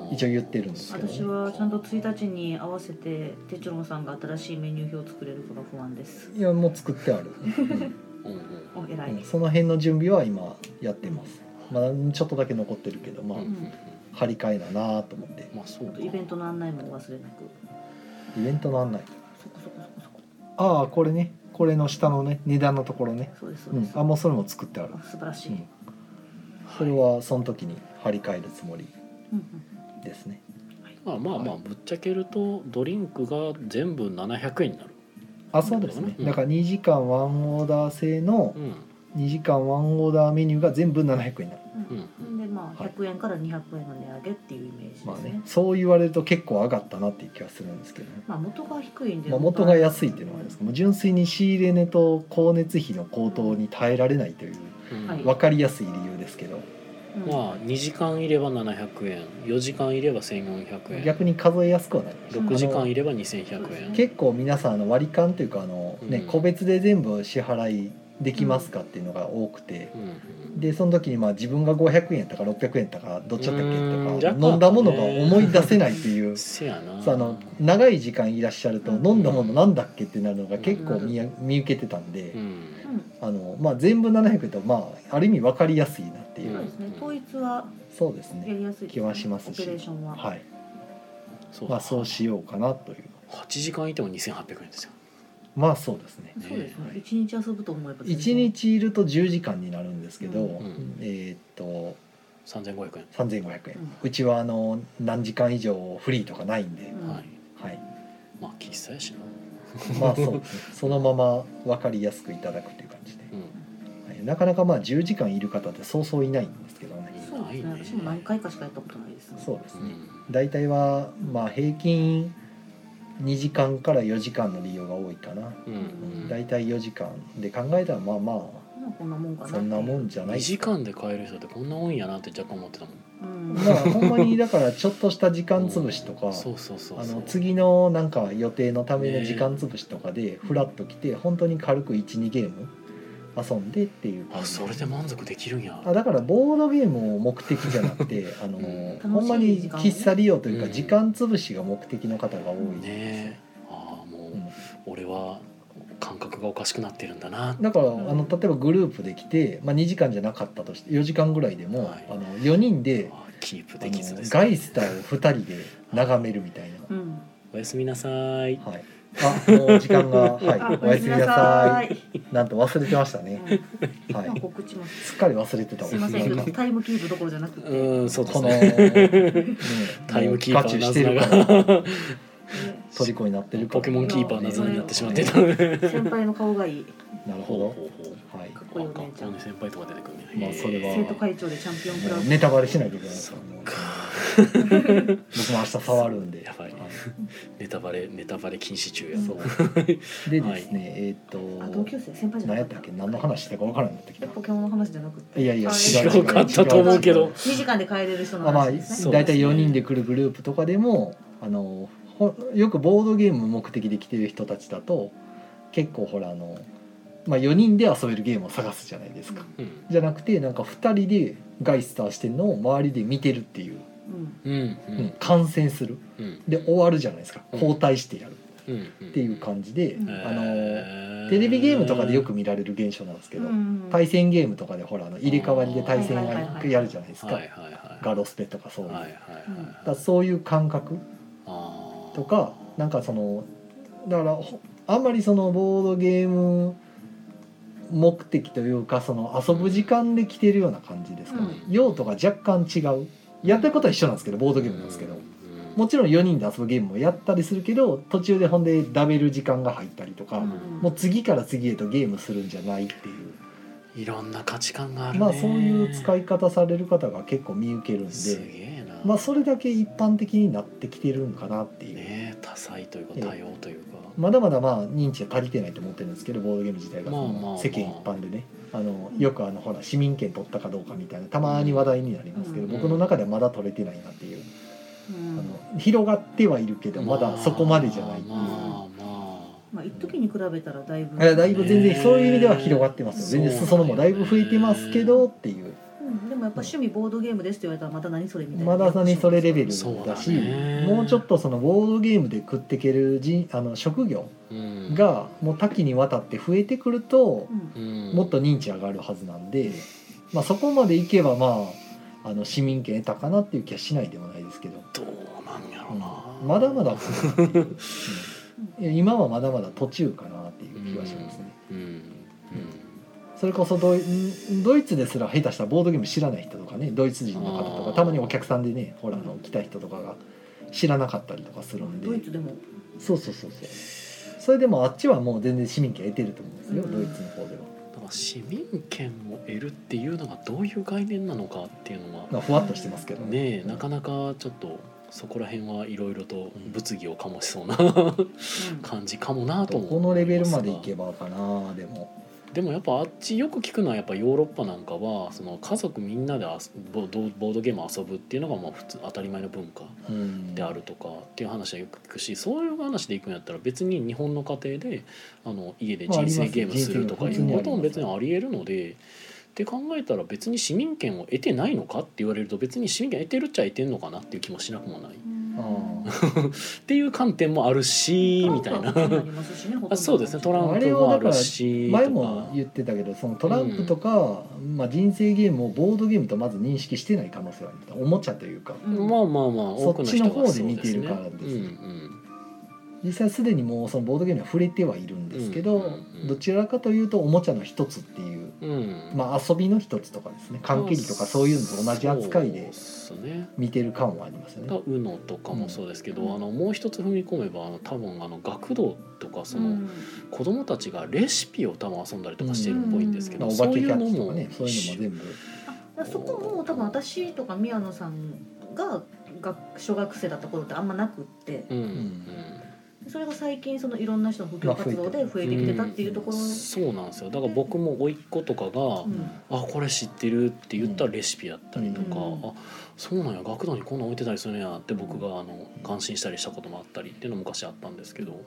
S3: うん
S1: うん
S2: 一応言ってるんですけど、
S3: 私
S2: ね、
S3: はちゃんと1日に合わせてテチロンさんが新しいメニュー表を作れるかが不安です
S2: いやもう作ってある、うん
S1: うんうん
S3: お偉
S2: う
S3: い、
S2: んその辺の準備は今やってますまだちょっとだけ残ってるけどまあ、
S1: うんうんうん
S2: 張り替えだなと思って
S1: まあそうか
S3: イベントの案内もお忘れなく
S2: イベントの案内
S3: そこそこそこそこ
S2: ああこれねこれの下のね値段のところね
S3: そうですそ
S2: う
S3: うで
S2: ん
S3: す、、
S2: あもうそれも作ってある
S3: あ、素晴らし
S2: う
S3: い、うん
S2: ん、それはその時に張り替えるつもり
S3: うん
S2: ですね
S1: まあまあまあぶっちゃけるとドリンクが全部700円になる
S2: あそうですね
S1: うん
S2: だから2時間ワンオーダー制の
S1: うん
S2: 2時間ワンオーダーメニューが全部700円になる
S3: うん
S1: う
S3: でまあ
S2: はい
S3: 100円から200円の値上げっていうイメージですね,、
S2: ま
S3: ま
S2: あ
S3: あ、
S2: ねそう言われると結構上がったなっていう気がするんですけどね
S3: 元が低いんで、
S2: まあ、元が安いっていうのはあるんですけどもう純粋に仕入れ値と光熱費の高騰に耐えられないというん
S3: はい
S2: 分かりやすい理由ですけど
S3: うん
S1: まあ2時間いれば700円4時間いれば1400円
S2: 逆に数えやすくはない
S1: 6時間いれば2100円
S2: 結構皆さんあの割り勘というかあの、ね
S1: うん
S2: 個別で全部支払いできますかっていうのが多くて、
S1: うん
S2: でその時にまあ自分が500円やったか600円やったかどっちだったっけ
S1: うん
S2: と
S1: 若干
S2: か
S1: ね
S2: 飲んだものが思い出せないっていう
S1: うんせやな
S2: そうあの長い時間いらっしゃると
S3: うん
S2: 飲んだものなんだっけってなるのが結構
S3: うん
S2: 見や見受けてたんで、
S1: うん
S3: うん
S2: あのまあ、全部700円とまあある意味分かりやすいなっていう、
S3: そうですね統一は
S2: そうです
S3: や
S2: ね
S3: りやすいですね
S2: 気はしますし
S3: オペレーションは、
S2: はい、
S1: そう
S2: まあ、そうしようかなという
S1: 8時間いても2800円ですよ
S2: まあそうですね
S3: そうです
S1: は
S3: ね
S1: い
S3: 一日遊ぶと思えば全
S2: 1
S3: 然
S2: 日いると10時間になるんですけど、
S1: んうん
S2: えーっと
S1: 3500円
S2: 3500円、
S3: うん
S2: うちはあの何時間以上フリーとかないんで、
S3: うん
S1: はい
S2: はい、
S1: まあ喫茶やしな
S2: (laughs) まあそうですねそのまま分かりやすくいただくという感じで、
S1: うん
S2: はい、なかなかまあ10時間いる方ってそうそういないんですけどね
S3: そうですね
S1: ないね
S3: 私も何回かしかやったことないですね
S2: そうです
S1: う
S2: ね
S1: ん
S2: 大体はまあ平均2時間から4時間の利用が多いかな、
S1: うんうん
S2: だいたい4時間で考えたらまあま
S3: まあこんなもんか
S2: あ
S3: な
S2: そんなもん
S3: ん
S2: じゃな
S1: 2
S2: い
S1: 時間で帰る人ってこんな多いんやなって若干思ってたもん
S3: うん
S2: まあほんまにだからちょっとした時間潰しと
S1: (laughs)
S2: か、
S1: そうそうそう
S2: あ
S1: そう
S2: の次のなんか予定のための時間潰しとかでフラッと来て本当に軽く12ゲーム遊んでっていう感
S1: あ
S2: じ
S1: それで満足できるんや
S2: あだからボードゲームを目的じゃな
S1: (laughs)
S2: くてあの、
S1: うん
S2: ほんま
S3: 楽しい
S2: に
S3: 時間をね
S2: 喫茶利用というか
S1: うん
S2: 時間潰しが目的の方が多いんですよ
S1: ねえああもう、
S2: うん
S1: 俺は感覚がおかしくなってるんだな
S2: だから、
S3: ん
S2: あの例えばグループで来て、まあ、2時間じゃなかったとして4時間ぐらいでも、
S1: はい
S2: あの4人で
S1: あキープ
S2: あ
S1: で
S2: の
S1: きずです、
S2: ガイスターを2人で眺めるみたいな。
S3: うん
S1: おやすみなさい
S2: はい、あもう時
S1: (laughs)
S2: 間が、
S3: あ
S2: はい、お
S3: お
S2: や
S3: や
S2: す
S3: す
S2: み
S3: み
S2: な
S3: な
S2: さ
S3: さ
S2: い
S3: い。
S2: なんと忘れてましたね。
S3: うん
S2: はい
S3: なんか告知もす
S2: すっかり忘れてたわ
S3: いませ
S2: なんんか
S3: タイムキープどころじゃなくて、ね
S1: うんそうで
S2: こ
S1: す
S2: の、
S1: ね
S2: ね、
S1: (laughs) タイムキーパーな
S2: もうガチ
S1: ず
S2: して
S1: な
S2: るから
S1: が
S2: 虜になってるから
S1: ポケモンキーパーなずなになってしまってた
S2: ね
S3: 先輩の顔がい
S2: (laughs)
S3: い
S2: なる
S1: ほう
S2: ほ
S1: ほうほう
S2: どはい
S3: かっこいい
S1: あ
S3: お姉
S1: 学
S3: ち
S1: 校
S3: ゃん
S1: に先輩とか出てくるね
S2: まあそれは
S1: へえ
S3: 生徒会長でチャンピオンクラ
S2: もう
S3: ブ
S2: ネタバレしないといけないです
S1: そっ
S2: もう
S1: か
S2: 僕も明日触るんで
S1: やばい
S2: は
S1: ネタバレネタバレ禁止中や
S2: そう
S1: ぞ
S2: でですね、えっ、
S3: あ同級
S2: と
S3: 生先輩じ
S2: 何
S3: ゃな
S2: やっ
S3: かったた
S2: っけ何の話したか分からんなってきた
S3: えポケモンの話じゃなくて
S1: (laughs)
S2: いやいや
S3: あれ
S1: 違うかったと思うけど
S3: 2時間で帰れる人の
S2: あまあ
S3: 話で
S1: そ
S3: すね
S1: う
S2: 大体4人で来るグループとかでもあのほよくボードゲーム目的で来てる人たちだと結構ほらあの、まあ、4人で遊べるゲームを探すじゃないですか、
S1: うん
S2: じゃなくてなんか2人でガイスターしてるのを周りで見てるっていう、
S3: うん
S1: うん
S2: う
S1: うんん
S2: 感染する
S1: うん
S2: で終わるじゃないですか
S1: うん
S2: 交代してやる
S1: うんうん
S2: っていう感じで、
S3: うん
S2: あのテレビゲームとかでよく見られる現象なんですけど、
S3: うん
S2: 対戦ゲームとかでほらあの入れ替わりで対戦
S3: はいはいはいはい
S2: やるじゃないですか、
S1: はいはいはい
S2: ガロスペとかそういう。
S1: はいはい
S3: うん
S1: は
S2: だ
S1: い
S2: からそういう感覚
S1: あー
S2: とかなんかそのだからほあんまりそのボードゲーム目的というかその遊ぶ時間で来てるような感じですかね、
S1: うん
S2: 用途が若干違うやってることは一緒なんですけどボードゲームなんですけど、もちろん4人で遊ぶゲームもやったりするけど途中でほんでダベる時間が入ったりとか、
S3: うん
S2: もう次から次へとゲームするんじゃないっていう、
S1: いろんな価値観があるね
S2: まあそういう使い方される方が結構見受けるん
S1: す
S2: で、
S1: げえな
S2: まあ、それだけ一般的になってきてるんかなっていう。
S1: ねえ多彩というか
S2: ええ
S1: 多様というか
S2: まだまだまあ認知が足りてないと思ってるんですけどボードゲーム自体が
S1: まあ
S2: そ
S1: まあま
S2: の
S1: あ
S2: 世間一般でねあのよくあのほら市民権取ったかどうかみたいなたまに話題になりますけど
S3: うん
S2: 僕の中ではまだ取れてないなっていう
S3: う
S2: あ
S3: ん
S2: の広がってはいるけどまだそこまでじゃないって
S1: ま
S2: いう
S1: あまあ
S3: まあ一時に比べたらだいぶ
S2: あだいぶ全
S1: ね
S2: 然そういう意味では広がってますよ
S1: そう
S2: 全然裾野もだいぶ増えてますけどっていう
S3: うんでもやっぱ趣味ボードゲームですって言われたらまた何それみたい
S2: ま
S3: な
S2: だ何それレベル
S1: そう
S2: だ
S1: だ
S2: し
S1: ね
S2: もうちょっとそのボードゲームで食っていける人あの職業
S1: うん
S2: がもう多岐にわたって増えてくると
S3: うん
S1: うん
S2: もっと認知上がるはずなんで、まあ、そこまでいけばまああの市民権得たかなっていう気はしないでもないですけど、
S1: どうなんやろ
S2: う
S1: うんな
S2: まだまだ、
S1: (laughs)
S2: うんいや今はまだまだ途中かなっていう気はしますね。
S1: うんうん
S2: それこそドイんドイツですら下手したらボードゲーム知らない人とかねドイツ人の方と
S1: あ
S2: か
S1: ー
S2: たまにお客さんでねほらあの来た人とかが知らなかったりとかするんで
S3: ドイツでも
S2: そうそうそうそうそれでもあっちはもう全然市民権得てると思うんですよ、
S3: うん
S2: ドイツの方では。
S1: だから市民権を得るっていうのがどういう概念なのかっていうのは
S2: まあふわっとしてますけど
S1: ねえなかなかちょっとそこら辺はいろいろと物議を醸しそうな感じかもなと
S2: ど
S1: も
S2: このレベルまでいけ
S1: ば
S2: ばかなでも
S1: でもやっぱあっちよく聞くのはやっぱヨーロッパなんかはその家族みんなであすボボボードゲーム遊ぶっていうのがまあ普通当たり前の文化
S2: うん
S1: であるとかっていう話はよく聞くしそういう話でいくんやったら別に日本の家庭であの家で人生ゲームするとかいうことも別にありえるので。って考えたら別に市民権を得てないのかって言われると別に市民権得てるっちゃ得てんのかなっていう気もしなくもない
S2: あ
S1: っていう観点もあるしみたいなあそうですねトランプもあるし
S2: ー前も言ってたけどそのトランプとか、まあ、人生ゲームをボードゲームとまず認識してない可能性はあるおもちゃというか
S1: とかまあまあまあ多くの人が
S2: そっち
S1: そ
S2: の方で
S1: う
S2: 見
S1: で
S2: て
S1: す
S2: る
S1: ね
S2: からですね
S1: うんうん
S2: 実際すでにもうそのボードゲームには触れてはいるんですけど、
S1: うんうんうん
S2: どちらかというとおもちゃの一つっていう、
S1: うん
S2: まあ、遊びの一つとかですね缶切りとかそういうのと同じ扱い
S1: そう
S2: で
S1: ですね
S2: 見てる感はありますよね。
S1: うのとかもそうですけど、
S3: うん
S1: あのもう一つ踏み込めばあの多分あの学童とかその、子供たちがレシピを多分遊んだりとかしてるっぽいんですけど、
S2: まあ、お
S1: そ
S2: 化
S1: う
S2: け
S1: い
S2: キャ
S1: う
S2: ッ
S1: の
S2: チと
S1: も
S2: かねそういうのも全部
S3: そこも多分私とか宮野さんが学小学生だった頃ってあんまなくって
S1: うんうん
S3: それが最近そのいろんな人の布教活動で増えてきてたっていうところ、
S1: そうなんですよだから僕も甥っ子とかが
S3: うん
S1: 「あこれ知ってる」って言ったレシピやったりとか「
S3: うん
S1: あそうなんや学童にこんなん置いてたりするんや」って僕があの感心したりしたこともあったりっていうのも昔あったんですけど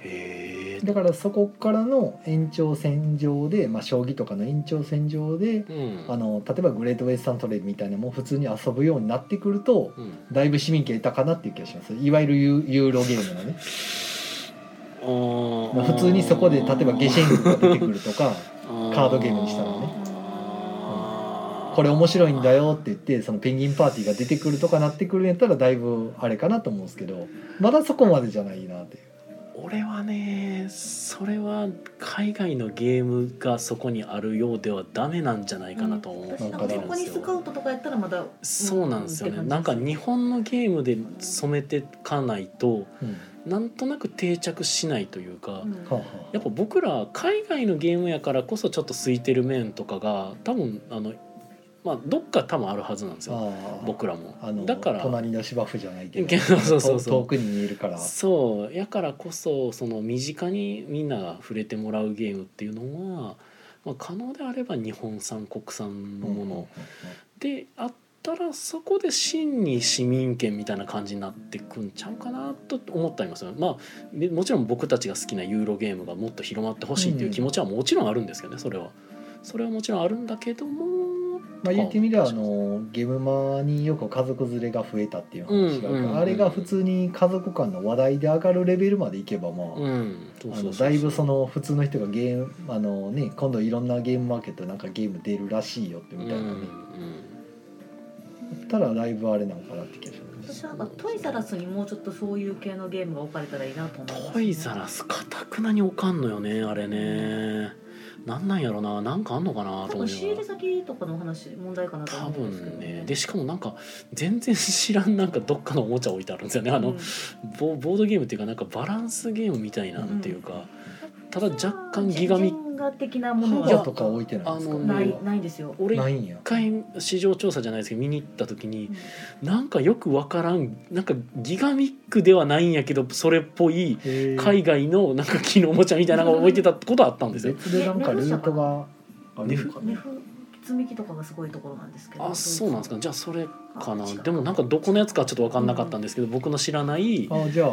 S1: へえ
S2: だからそこからの延長線上で、まあ、将棋とかの延長線上で
S1: うん
S2: あの例えばグレートウェスタントレイみたいなのも普通に遊ぶようになってくると
S1: うん
S2: だいぶ市民権得たかなっていう気がしますいわゆるユーユーロゲームのね
S1: あー
S2: まあ普通にそこで例えば下神具が出てくるとかカードゲームにしたらね
S1: あー
S2: これ面白いんだよって言ってそのペンギンパーティーが出てくるとかなってくるんやったらだいぶあれかなと思うんですけどまだそこまでじゃないなっていう。
S1: 俺はねそれは海外のゲームがそこにあるようではダメなんじゃないかなと思って
S3: 私なん
S1: るん
S3: かそこ
S1: で
S3: に
S1: す
S3: スカ
S1: よ
S3: ウトとかやったらまだ
S1: そうなんですよね
S3: う
S1: なんか
S3: って感
S1: 日本のゲームで染めてかないと
S2: うん
S1: なんとなく定着しないというか
S3: じです
S2: はあはあ
S1: やっぱ僕ら海外のゲームやからこそちょっと空いてる面とかが多分あのまあどっか多分あるはずなんですよ
S2: ああ
S1: 僕らも
S2: あの
S1: だから
S2: 隣の芝生じゃないけど
S1: けど (laughs) そうそう
S2: 遠
S1: そう
S2: 遠くに見えるから
S1: そうやからこそその身近にみんなが触れてもらうゲームっていうのは、まあ、可能であれば日本産国産のもの、であったらそこで真に市民権みたいな感じになってくんちゃうかなと思ったりもする、まあで、もちろん僕たちが好きなユーロゲームがもっと広まってほしいっていう気持ちはもちろんあるんですけどねそれは。それはもちろんあるんだけども
S2: まあ、言ってみればあのゲームマによく家族連れが増えたっていう話がある
S1: うんうんうん
S2: あれが普通に家族間の話題で上がるレベルまでいけばまあ、
S1: うんそう
S2: あ
S1: そう
S2: の
S1: そう
S2: だいぶその普通の人がゲームあのね今度いろんなゲームマーケットなんかゲーム出るらしいよってみたいなね、
S1: うんうん
S2: だったらだいぶあれなのかなって気がします
S3: 私はなんかトイザらスにもうちょっとそういう系のゲームが置かれたらいいなと思います、ね、
S1: トイザらスかたくなに置かんのよねあれねなんなんやろななんかあんのかなと
S3: 多
S1: 思
S3: 分
S1: い
S3: 仕入
S1: なが
S3: れ
S1: ら
S3: 先とかの話問題かなと
S1: 多
S3: 思うんですけど
S1: 分ねでしかもなんか全然知らんなんかどっかのおもちゃ置いてあるんですよねあの、
S3: うん
S1: ボボードゲームっていうかなんかバランスゲームみたいなっていうか、ただ若干ギガ
S3: ジ
S1: ミ
S3: ェンガ的なもの
S2: ハ
S1: いや
S2: バとか置いてないですか、
S1: あの
S3: ないないんですよ。
S1: 俺
S2: な
S1: 一
S2: いんや
S1: 回市場調査じゃないですけど見に行った時になんかよくわからんなんかギガミックではないんやけどそれっぽい
S2: へー
S1: 海外のなんか木のおもちゃみたいなのが置いてたことあったんですよ。
S2: 別でなんかルートがあるのか
S3: ネ
S2: ね
S3: フ積み木とかがすごいところなんですけど。
S1: あそうなんですかじゃあそれかな
S3: あ違う
S1: でもなんかどこのやつかちょっと分かんなかったんですけど、僕の知らない
S2: あじゃあ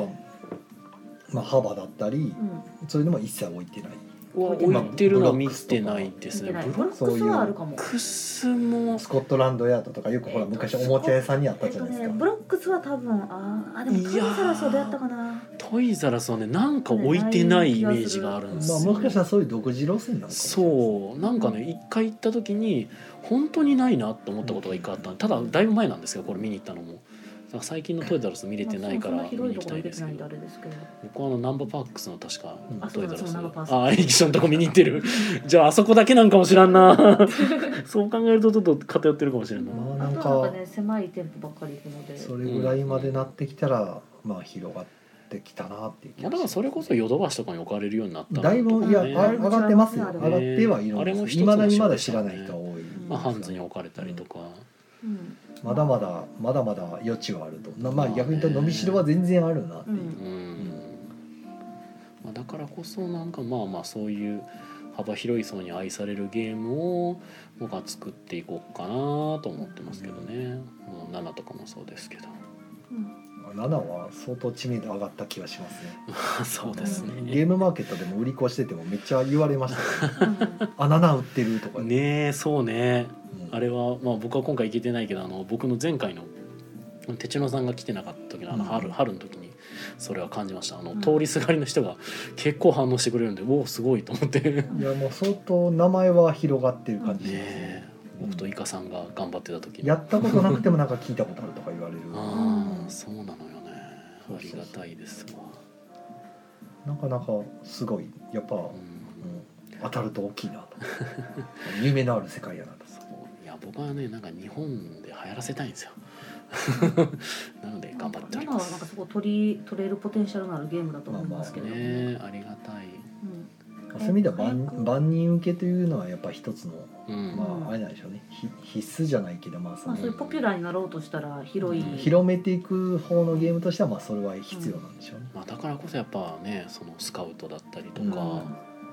S2: まあ幅だったり
S3: うん。
S2: そういうのも一切置いてない
S1: は
S3: うん
S1: 置いてるのは見てないですね
S3: 見てない
S1: ブ
S3: ブロ
S1: ロッ
S3: ックスはあるかも。
S1: クスも
S2: スコットランドヤードとかよくほら昔おもちゃ屋さんにあった
S3: えっ
S2: じゃ
S3: と
S2: ないです
S3: ね
S2: か、
S3: ブロックスは多分あーあでもトイザらスはどうやったかな。
S1: トイザらスはねなんか置いてないイメージがあるんです
S2: ま
S1: よ、
S2: あ、もしかしたらそういう独自路線なのかもしれない
S1: そうなんかね一回行った時に本当にないなと思ったことが一回あったただだいぶ前なんですけどこれ見に行ったのもだから最近のトイザらス見れてないから
S3: まあ
S1: 見
S3: そん広
S1: に
S3: い
S1: 行
S3: と
S1: き
S3: こ
S1: た
S3: ろ
S1: い
S3: に出
S1: で
S3: て
S1: す
S3: な
S1: け
S3: いんで
S1: ど
S3: あれですけど。
S1: 僕はあのナンバーパックスの確か
S2: うん
S3: あ
S1: ト
S3: そう
S1: イ
S3: な
S1: ザラ
S3: んで
S1: ス
S3: す。ナンバーパース
S1: ああエレキションとか見に行ってる (laughs) じゃああそこだけなんかも知らん
S3: (laughs)
S1: なそう考えるとちょっと偏ってるかもしれんない
S2: まあ
S3: あ
S2: なん
S3: とはな
S2: か
S3: んかね狭い店舗ばっかり行くので。
S2: それぐらいまでなってきたら、まあ広がってきたなっていう気
S1: まあ、だか
S2: がし
S1: ら
S2: ます
S1: それこそヨドバシとかに置かれるようになったの
S2: だいぶ、いやあ
S1: ね
S2: 上がってますよ
S3: ね
S2: 上がってはいるん
S1: あれも
S2: で
S1: 一つ
S2: すい
S1: の
S2: まだにまだ知らない人は多い、
S1: まあ、ハンズ
S2: ズ
S1: に置かれたりとか、
S3: うん。
S2: まだまだまだまだ余地はあるとなま
S1: まあ
S2: あ
S1: ね
S2: 逆に言うと伸びしろは全然あるなって
S3: う
S2: いう、
S1: うん
S3: ん。
S1: まあ、だからこそなんかまあまあそういう幅広い層に愛されるゲームを僕は作っていこうかなと思ってますけどね、もう7とかもそうですけど
S3: うん
S2: 7は相当知名度上がった気がしますね
S1: (laughs) そうですね、
S2: ゲームマーケットでも売り越しててもめっちゃ言われましたから
S1: (laughs)
S2: あ7売ってるとか
S1: ねえそうね
S2: うん
S1: あれは、まあ、僕は今回行けてないけどあの僕の前回の手千代さんが来てなかった時のあの
S2: うん
S1: 春,、春の時にそれは感じましたあの、
S3: うん
S1: 通りすがりの人が結構反応してくれるんでおおすごいと思ってね
S2: いやもう相当名前は広がってる感じします
S1: え僕とイカさんが頑張ってた時に
S2: やったことなくてもなんか聞いたことあるとか言われる
S1: あ
S3: う
S1: あ
S3: ん
S1: そうなのよね
S2: そうそうそう
S1: ありがたいですわ、
S2: なかなかすごいやっぱ、うん
S1: うん、
S2: 当たると大きいなと夢のある世界やなと
S1: そういや僕はねなんか日本で流行らせたいんですよ (laughs) なので頑張っており
S3: 今
S1: ま
S3: はなんか
S1: す
S3: すごい取り取れるポテンシャルのあるゲームだと思いますけれども。
S1: ねえありがたい
S3: うん
S2: そういう意味では
S3: 早
S2: 万
S3: く
S2: 万人受けというのはやっぱ一つの、
S1: うん
S2: まああれなんでしょうねひ必須じゃないけどまあそ
S3: まあ
S2: の、
S3: そういうポピュラーになろうとしたら広い、
S1: うん
S2: 広めていく方のゲームとしてはまあそれは必要なんでしょうね。
S1: まあ、だからこそやっぱねそのスカウトだったりとか、
S2: うん
S1: ま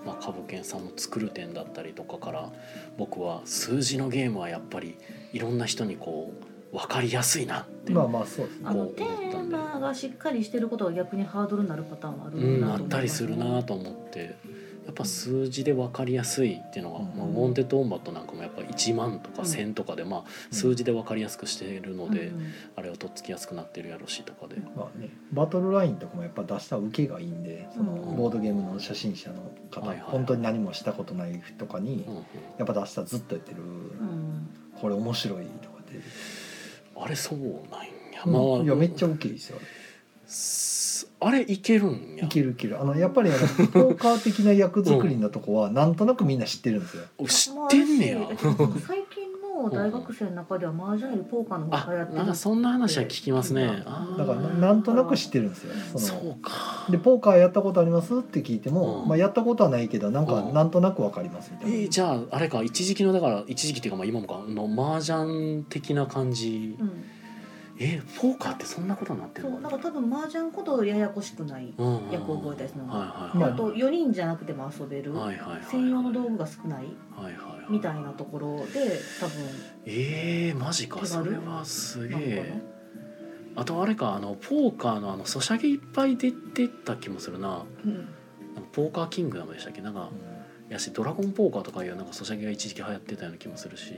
S1: あ、株券さんの作る点だったりとかから僕は数字のゲームはやっぱりいろんな人にこう分かりやすいなって、
S2: まあまあそうですね
S3: あ。の
S1: こう
S3: テーマがしっかりしてることが逆にハードルになるパターンはある
S1: うん、
S3: な
S1: あ
S3: と思いますね
S1: ったりするなと思ってやっぱ数字で分かりやすいっていうのが、
S2: うん
S1: まあ、ウォンテッド・オンバットなんかもやっぱ1万とか
S3: うん
S1: 1,000とかで、まあ、数字で分かりやすくしているので、
S3: うん
S1: あれはとっつきやすくなってるやろしとかで。
S2: まあね、バトルラインとかもやっぱ出した受けがいいんでその
S3: うん
S2: ボードゲームの初心者の方、
S1: はいはいはい
S2: 本当に何もしたことない人とかに、
S1: うんうん
S2: やっぱ出したらずっとやってる、
S3: うん
S2: これ面白いとかって、
S1: あれそうなんや、
S2: うんいやめっちゃ OK ですよ
S1: すあれいけるんや
S2: あれいけるいけるあのやっぱりあのポーカー的な役作りのとこはなんとなくみんな知ってるんですよ、
S1: お知ってんねや
S3: まああるしえっと最近の大学生の中では麻雀よりポーカーの方
S1: あ
S3: が流行ってる
S1: なんかそんな話は聞きますねあー
S2: だからななんとなく知ってるんですよそ
S1: そ
S2: の
S1: うか
S2: でポーカーやったことありますって聞いても、
S1: うん
S2: まあ、やったことはないけどなんか
S1: うん
S2: なんとなくわかりますみたいな、
S1: えーじゃああれか一時期のだから一時期っていうかまあ今もかの麻雀的な感じ、
S3: うん、
S1: えーポーカーってそんなことになって
S3: そ
S1: る
S3: う
S1: の
S3: なんか多分麻雀ほどややこしくない、
S1: うんうんうん
S3: 役を覚えたりするのが
S1: はいはい
S3: あと4人じゃなくても遊べる、
S1: はいはいはいはい
S3: 専用の道具が少ない
S1: はいはいはい
S3: みたいなところで多分
S1: えーマジか
S3: 手
S1: そ
S3: 軽
S1: れはすげ
S3: なのか
S1: えあとあれかあのポーカーのあのソシャゲいっぱい出てた気もするな
S3: な、うん
S1: なんかポーカーキングダムでしたっけなんかやしドラゴンポーカーとかいうなんかソシャゲが一時期流行ってたような気もするし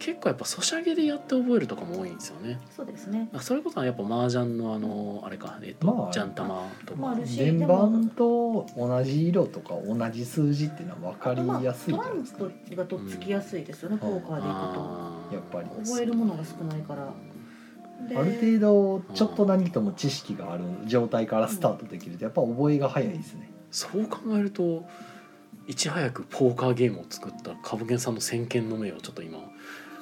S1: 結構やっぱソシャゲでやって覚えるとかも多いんですよね
S3: そうですね
S1: なんかそれこそやっぱ麻雀のあのあれかえっと、
S2: まあ
S1: ジャン玉とか、
S3: まああるし
S2: 連番と同じ色とか同じ数字っていうのは分か
S3: あとまあ
S2: り
S3: トラ
S2: やすいじゃない
S3: ン
S2: ですか、
S3: プがとっつきやすいですよね、ポーカーでいくと。
S1: あー
S2: やっぱり
S3: 覚えるものが少ないからで
S2: ある程度ちょっと何とも知識がある状態からスタートできるとやっぱ覚えが早いですね、
S1: そう考えるといち早くポーカーゲームを作った株券さんの先見の明をちょっと今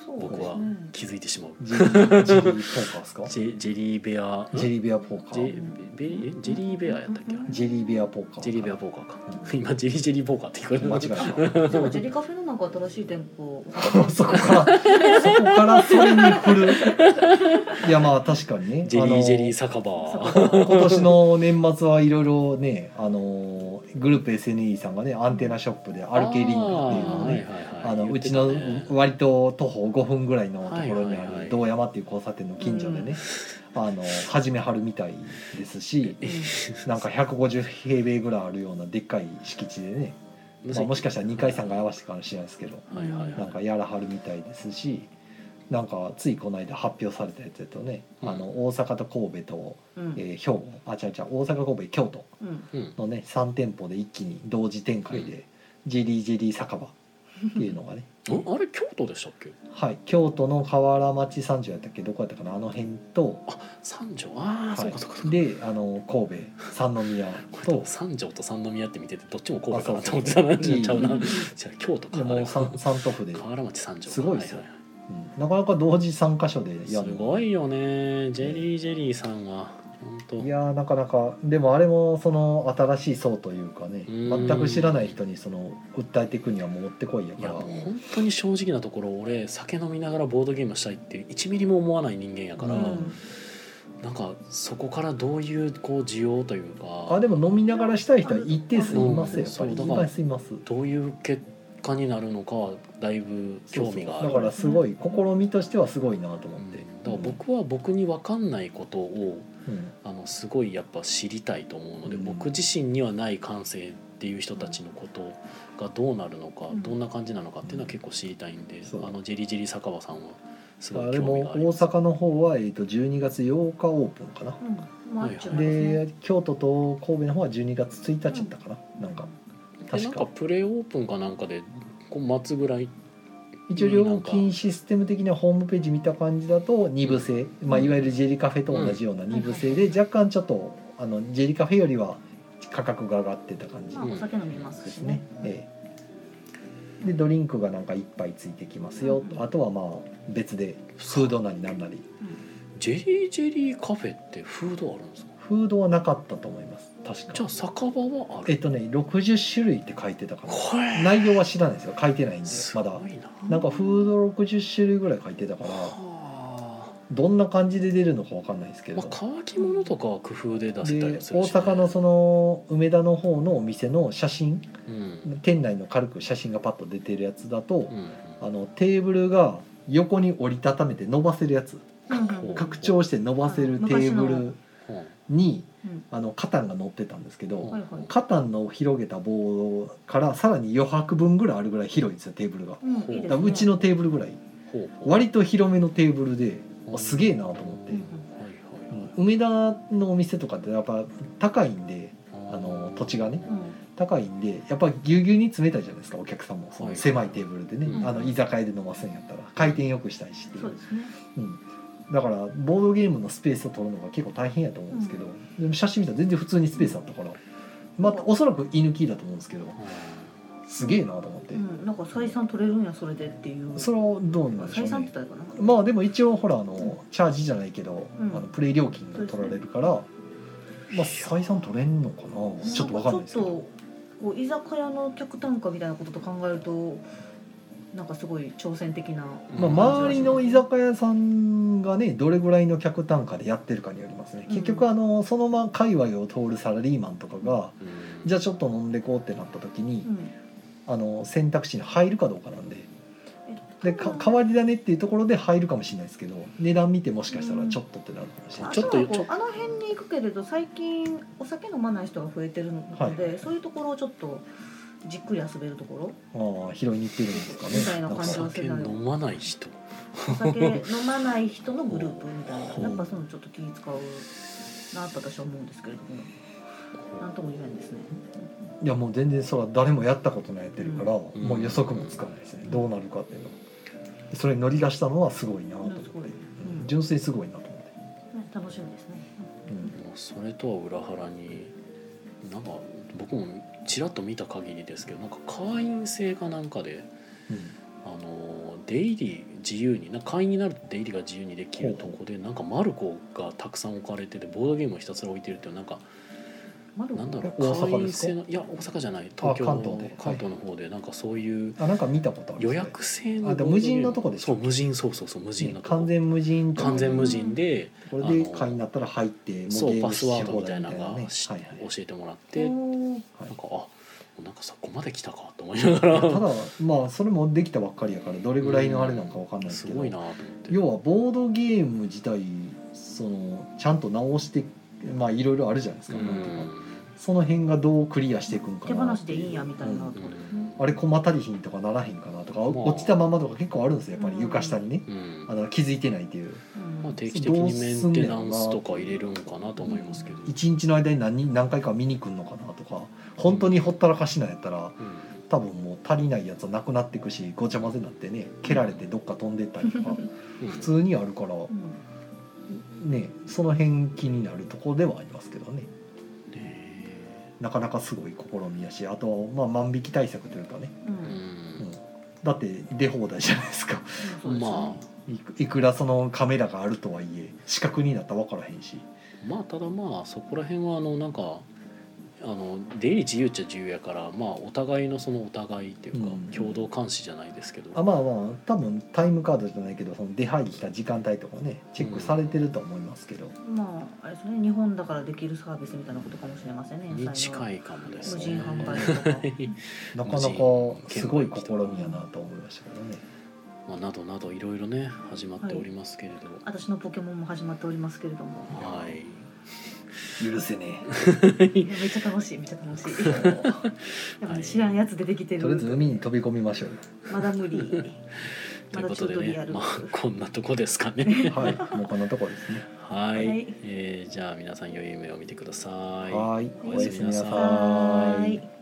S3: そうですね
S1: 僕は気づいてしまう、
S2: ジェリージェリーポーカーですか
S1: ジェジェリーベア
S2: ジェリーベアポーカ
S1: ジ
S2: ー
S1: ェベリえジェリーベアやったっけあれ
S2: ジェリーベアポーカー
S1: ジェリーベアポーカーか今ジェリージェリーポーカーって言われて
S2: 間
S1: ま
S2: 違
S1: す
S2: え
S3: でもジェリカフェのなんか新しい店舗
S2: たそこからそこからそれに振
S1: (laughs)
S2: るいやまあ確かにね
S1: ジェリ
S2: あ
S1: ー
S2: の
S1: ジェリー酒場
S2: 今年の年末はいろいろねあのグループ SNE さんがねアンテナショップでアルケリングっていうのをね
S1: あー
S2: あの
S1: 言
S2: う
S1: って
S2: ち
S1: たね
S2: の割と徒歩5分ぐらいのところに
S1: はいはい
S2: あ
S1: はい
S2: る堂山っていう交差点の近所でね、あの始めはるみたいですしなんか150平米ぐらいあるようなでっかい敷地でね、まあ、もしかしたら2回3回合わせてかもしれないですけど
S1: はいはいはい
S2: なんかやらはるみたいですしなんかついこの間発表されたやつだとね、あの大阪と神戸と、
S3: うん
S2: えー兵庫あ違う違う大阪神戸京都
S3: うん
S1: うん
S2: のね3店舗で一気に同時展開で、ジェリージェリー酒場っていうのがね
S1: おあれ京都でしたっけ (laughs)
S2: はい、京都の河原町三条やったっけどこやったかなあの辺と、
S1: 三条ああ、
S2: は
S1: そう
S2: い
S1: かそうかそうか
S2: であの神戸三宮
S1: これで
S2: と
S1: も三条と三宮って見ててどっちも神戸かな
S2: あ
S1: と
S2: そ
S1: 思
S2: う
S1: ってたな
S2: そう
S1: ちゃうな
S2: うん
S1: じゃあ京都
S2: いや
S1: か
S2: もう三三都府で、
S1: 河原町三条
S2: すごいですよ
S1: はは
S2: うんなかなか同時3か所で
S1: い
S2: や
S1: す
S2: る
S1: ごいよねジェリージェリーさんは本当
S2: いやーなかなかでもあれもその新しい層というかね
S1: うん
S2: 全く知らない人にその訴えていくにはもう持ってこいや
S1: いや
S2: から
S1: もう本当に正直なところ俺酒飲みながらボードゲームしたいって1ミリも思わない人間やから、
S2: う
S1: なんかそこからどういうこう需要というか
S2: あでも飲みながらしたい人は一定数いますよやっぱ
S1: う
S2: り
S1: んそう
S2: いますいます
S1: どういう結果になるのかはだいぶ興味があ
S2: そ
S1: る
S2: うそうだからすごい試みとしてはすごいなと思っ
S1: うん
S2: て、
S1: だから僕は僕に分かんないことを
S2: うん
S1: あのすごいやっぱ知りたいと思うので、
S2: うん
S1: 僕自身にはない感性っていう人たちのことがどうなるのか、
S3: うん
S1: どんな感じなのかっていうのは結構知りたいんで、
S2: そう
S1: あのジェリジェリ酒場さんはすご
S2: あ
S1: い
S2: れ
S1: 興
S2: も
S1: 味があり
S2: 大
S1: ます。
S2: 阪の方は、えー、と12月8日オープンかな、
S3: うんまあ違いますね
S2: で京都と神戸の方は12月1日だったかな、なんか
S1: でな
S2: 確
S1: んか
S2: か
S1: プレイオープンかなんかでこう待つぐらい
S2: 一応料金システム的なホームページ見た感じだと2部制、まあ、いわゆるジェリカフェと同じような2部制で若干ちょっとあのジェリカフェよりは価格が上がってた感じ
S3: まあお酒飲みます
S2: で
S3: し
S2: すね
S3: ね、
S2: ええでドリンクがなんか1杯ついてきますよあとはまあ別でフードなりなんなり
S1: ジェリージェリーカフェってフードあるんですか
S2: フードはなかったと思います確か
S1: じゃあ酒場はあ
S2: え
S1: る
S2: っとね60種類って書いてたかな
S1: これ
S2: 内容は知らないですよ書いてないんですま
S1: ご
S2: だ
S1: いな
S2: なんかフード60種類ぐらい書いてたから
S1: は
S2: どんな感じで出るのかわかんないですけ
S1: あ
S2: ど、
S1: まあ乾き物とかは工夫で出せ
S2: で
S1: た
S2: 大
S1: りはするしね、
S2: 阪のその梅田の方のお店の写真
S1: うん
S2: 店内の軽く写真がパッと出てるやつだと
S1: うん
S2: あのテーブルが横に折りたためて伸ばせるやつ
S1: うん
S2: 拡張して伸ばせるテーブル
S1: うんうん
S2: に
S3: うん
S2: あのカタンが乗ってたんですけ
S1: うん
S2: ど
S3: はいはい
S2: カタンの広げた棒からさらに余白分ぐらいあるぐらい広いんですよテーブルが。
S3: うんいいです
S2: だか
S3: ね
S2: らうちのテーブルぐらい
S1: ほうほう
S2: 割と広めのテーブルで
S1: うん
S2: あすげえなと思って
S3: うんうん
S1: はいはい
S2: うん梅田のお店とかってやっぱ高いんで
S1: はい
S2: あの土地がね
S3: うん
S2: 高いんでやっぱぎゅうぎゅうに詰めたいじゃないですかお客さんもそ
S1: は
S2: の
S1: い
S2: 狭いテーブルでね、
S1: うん
S2: あの居酒屋で飲ませんやったら回転よくしたいしっていう
S3: そうですね
S2: うん、だからボードゲームのスペースを取るのが結構大変やと思うんですけど、
S3: う
S2: でも写真見たら全然普通にスペースあったから、またおそらく居抜きだと思うんですけどすげえなと思って、
S3: うんなんか採算取れるんやそれでっていう
S2: それはどうなんでしょ
S3: 採
S2: う
S3: 算って
S2: ね
S3: 言ったらいいかな
S2: まあでも一応ほらあのチャージじゃないけど、
S3: うん
S2: あのプレイ料金が取られるから、まあ採算取れんのかなちょっとわかんないですけ
S3: ちょ
S2: ど
S3: っとこう居酒屋の客単価みたいなことと考えるとなんかすごい挑戦的な
S2: まあ、
S1: ま
S2: 周りの居酒屋さんがねどれぐらいの客単価でやってるかによりますね
S3: うん
S2: 結局あのそのまま界隈を通るサラリーマンとかが
S1: うん
S2: じゃあちょっと飲んでこうってなった時に
S3: うん
S2: あの選択肢に入るかどうかなんでで
S3: え
S2: か代わりだねっていうところで入るかもしれないですけど値段見てもしかしたら
S3: うん
S2: ちょっとってなるかもしれ
S3: あ
S2: ない
S1: ちょっと
S3: でもこうあの辺に行くけれど最近お酒飲まない人が増えてるので、
S2: は
S3: そういうところをちょっとじっくり遊べるとこ
S2: ああ拾いに行ってるんですかね
S3: みたいな
S2: なん
S3: 感
S1: お
S2: か
S3: じは
S1: 酒飲まない人
S3: ろお酒飲まない人のグループみたい
S2: ほう
S3: なやっぱそういうのちょっと気使うなと私は思うんですけれどもなんとも言えないですね
S2: いやもう全然それは誰もやったことないやってるから、
S1: ん
S2: もう予測もつかないですね、どうなるかっていうのはそれに乗り出したのはすごいなと思って
S3: すごい
S2: うん純粋にすごいなと思って。
S3: ね楽しみですね
S2: うん
S1: まあそれとは裏腹になんか僕もちらっと見た限りですけどなんか会員制かなんかであの出入り自由になんか会員になると出入りが自由にできるとこでなんかマルコがたくさん置かれててボードゲームをひたすら置いてるっていうなんか
S3: まだ
S1: なんだろう
S2: 大
S1: 会
S2: 阪
S1: 員
S2: ですか
S1: 制のいや大阪じゃない東京
S2: 関東
S1: の
S2: で
S1: 関東の方でなんかそういう
S2: あなんか見たことある
S1: 予約制の
S2: あでも無人のとこでし
S1: そ
S2: ょ
S1: う無人そうそうそう無人のとこ
S2: 完全無人
S1: 完全無人で
S2: これで会員になったら入っても
S1: そう
S2: ゲー
S1: パ
S2: ム
S1: ス
S2: し
S1: ワ
S2: 放
S1: ードみた
S2: 題
S1: いな
S2: みた
S1: の
S2: いな
S1: が
S2: ね
S1: し
S2: はい
S1: 教
S2: はい
S1: えてもらってなんか
S3: おー
S1: あ
S2: はい
S1: もうなんかそこまで来たかと思いながら
S2: ただまあそれもできたばっかりやからどれぐらいのあれなんかわかんないです
S1: す
S2: けど
S1: ごいなと思って
S2: 要はボードゲーム自体そのちゃんと直してまあいろいろあるじゃないです
S1: う
S2: か
S1: ん
S2: なんていうかその辺がどうクリアしていくんか
S3: 手
S2: なっ
S3: 放
S2: て
S3: しでいいんやみたいな
S2: う
S3: と
S2: ん
S3: ころですね
S2: あれ駒足りひんとかならへんかなとか
S1: まあ
S2: 落ちたままとか結構あるんですよやっぱり床下にね
S1: うん
S2: あの気づいてないっていう
S3: うん
S1: まあ定期的にメンテナンスとか入れるんかなと思いますけど
S2: 一日の間に何人何回か見に来るのかなとか本当にほったらかしなんやったら
S1: うん
S2: 多分もう足りないやつはなくなっていくしごちゃ混ぜになってね蹴られてどっか飛んでったりとか
S1: うん
S2: 普通にあるから
S3: うん
S2: ねその辺気になるとこではありますけどね
S1: ね
S2: なかなかすごい試みやしあとまあ万引き対策というかね、
S3: う
S1: うん
S2: うん
S1: ん
S2: だって出放題じゃないですか
S3: そうですね
S1: ま
S2: いくいくらそのカメラがあるとはいえ視覚になったら分からへんし
S1: まあただまあそこら辺はあのなんかあの出入り自由っちゃ自由やからまあお互いのそのお互いっていうか
S2: うん
S1: 共同監視じゃないですけど
S2: あまあまあ多分タイムカードじゃないけどその出入りした時間帯とかねチェックされてると思いますけど、
S3: まああれですね日本だからできるサービスみたいなことかもしれませんね。
S1: に近
S3: い
S1: いかもです
S3: 無
S1: ね
S3: 人販売とか。
S2: なかなかすごい試みやなと思いましたけどね。
S1: (laughs) まあ、などなどいろいろね始まっておりますけれど、は
S3: 私のポケモンも始まっておりますけれども。
S1: い、
S2: 許せね
S3: いやめっちゃ楽しいめっちゃ楽し
S1: (laughs)
S3: い。
S2: え。
S3: やっぱね知らんやつ出てきて
S2: とりあえず
S3: る。
S2: 海に飛び込みましょう
S3: まだ無理。
S1: と
S3: ま
S1: いう
S3: だ
S1: こ
S3: ち
S1: (laughs)
S3: ょ
S1: と
S3: っと
S1: で
S3: リア
S1: ね、
S3: ル。
S1: ま
S3: は
S1: あ、こんなとこですか
S3: (laughs)
S1: ね。
S2: (laughs) よ。はい、もうこんなところですね。
S1: はい、
S3: はい
S1: えーじゃあ皆さん良い夢を見てください。
S2: はい、お
S3: お
S2: や
S3: や
S2: す
S1: す
S2: み
S1: み
S2: な
S1: な
S2: さ
S1: さ
S2: ーい
S3: ー。い。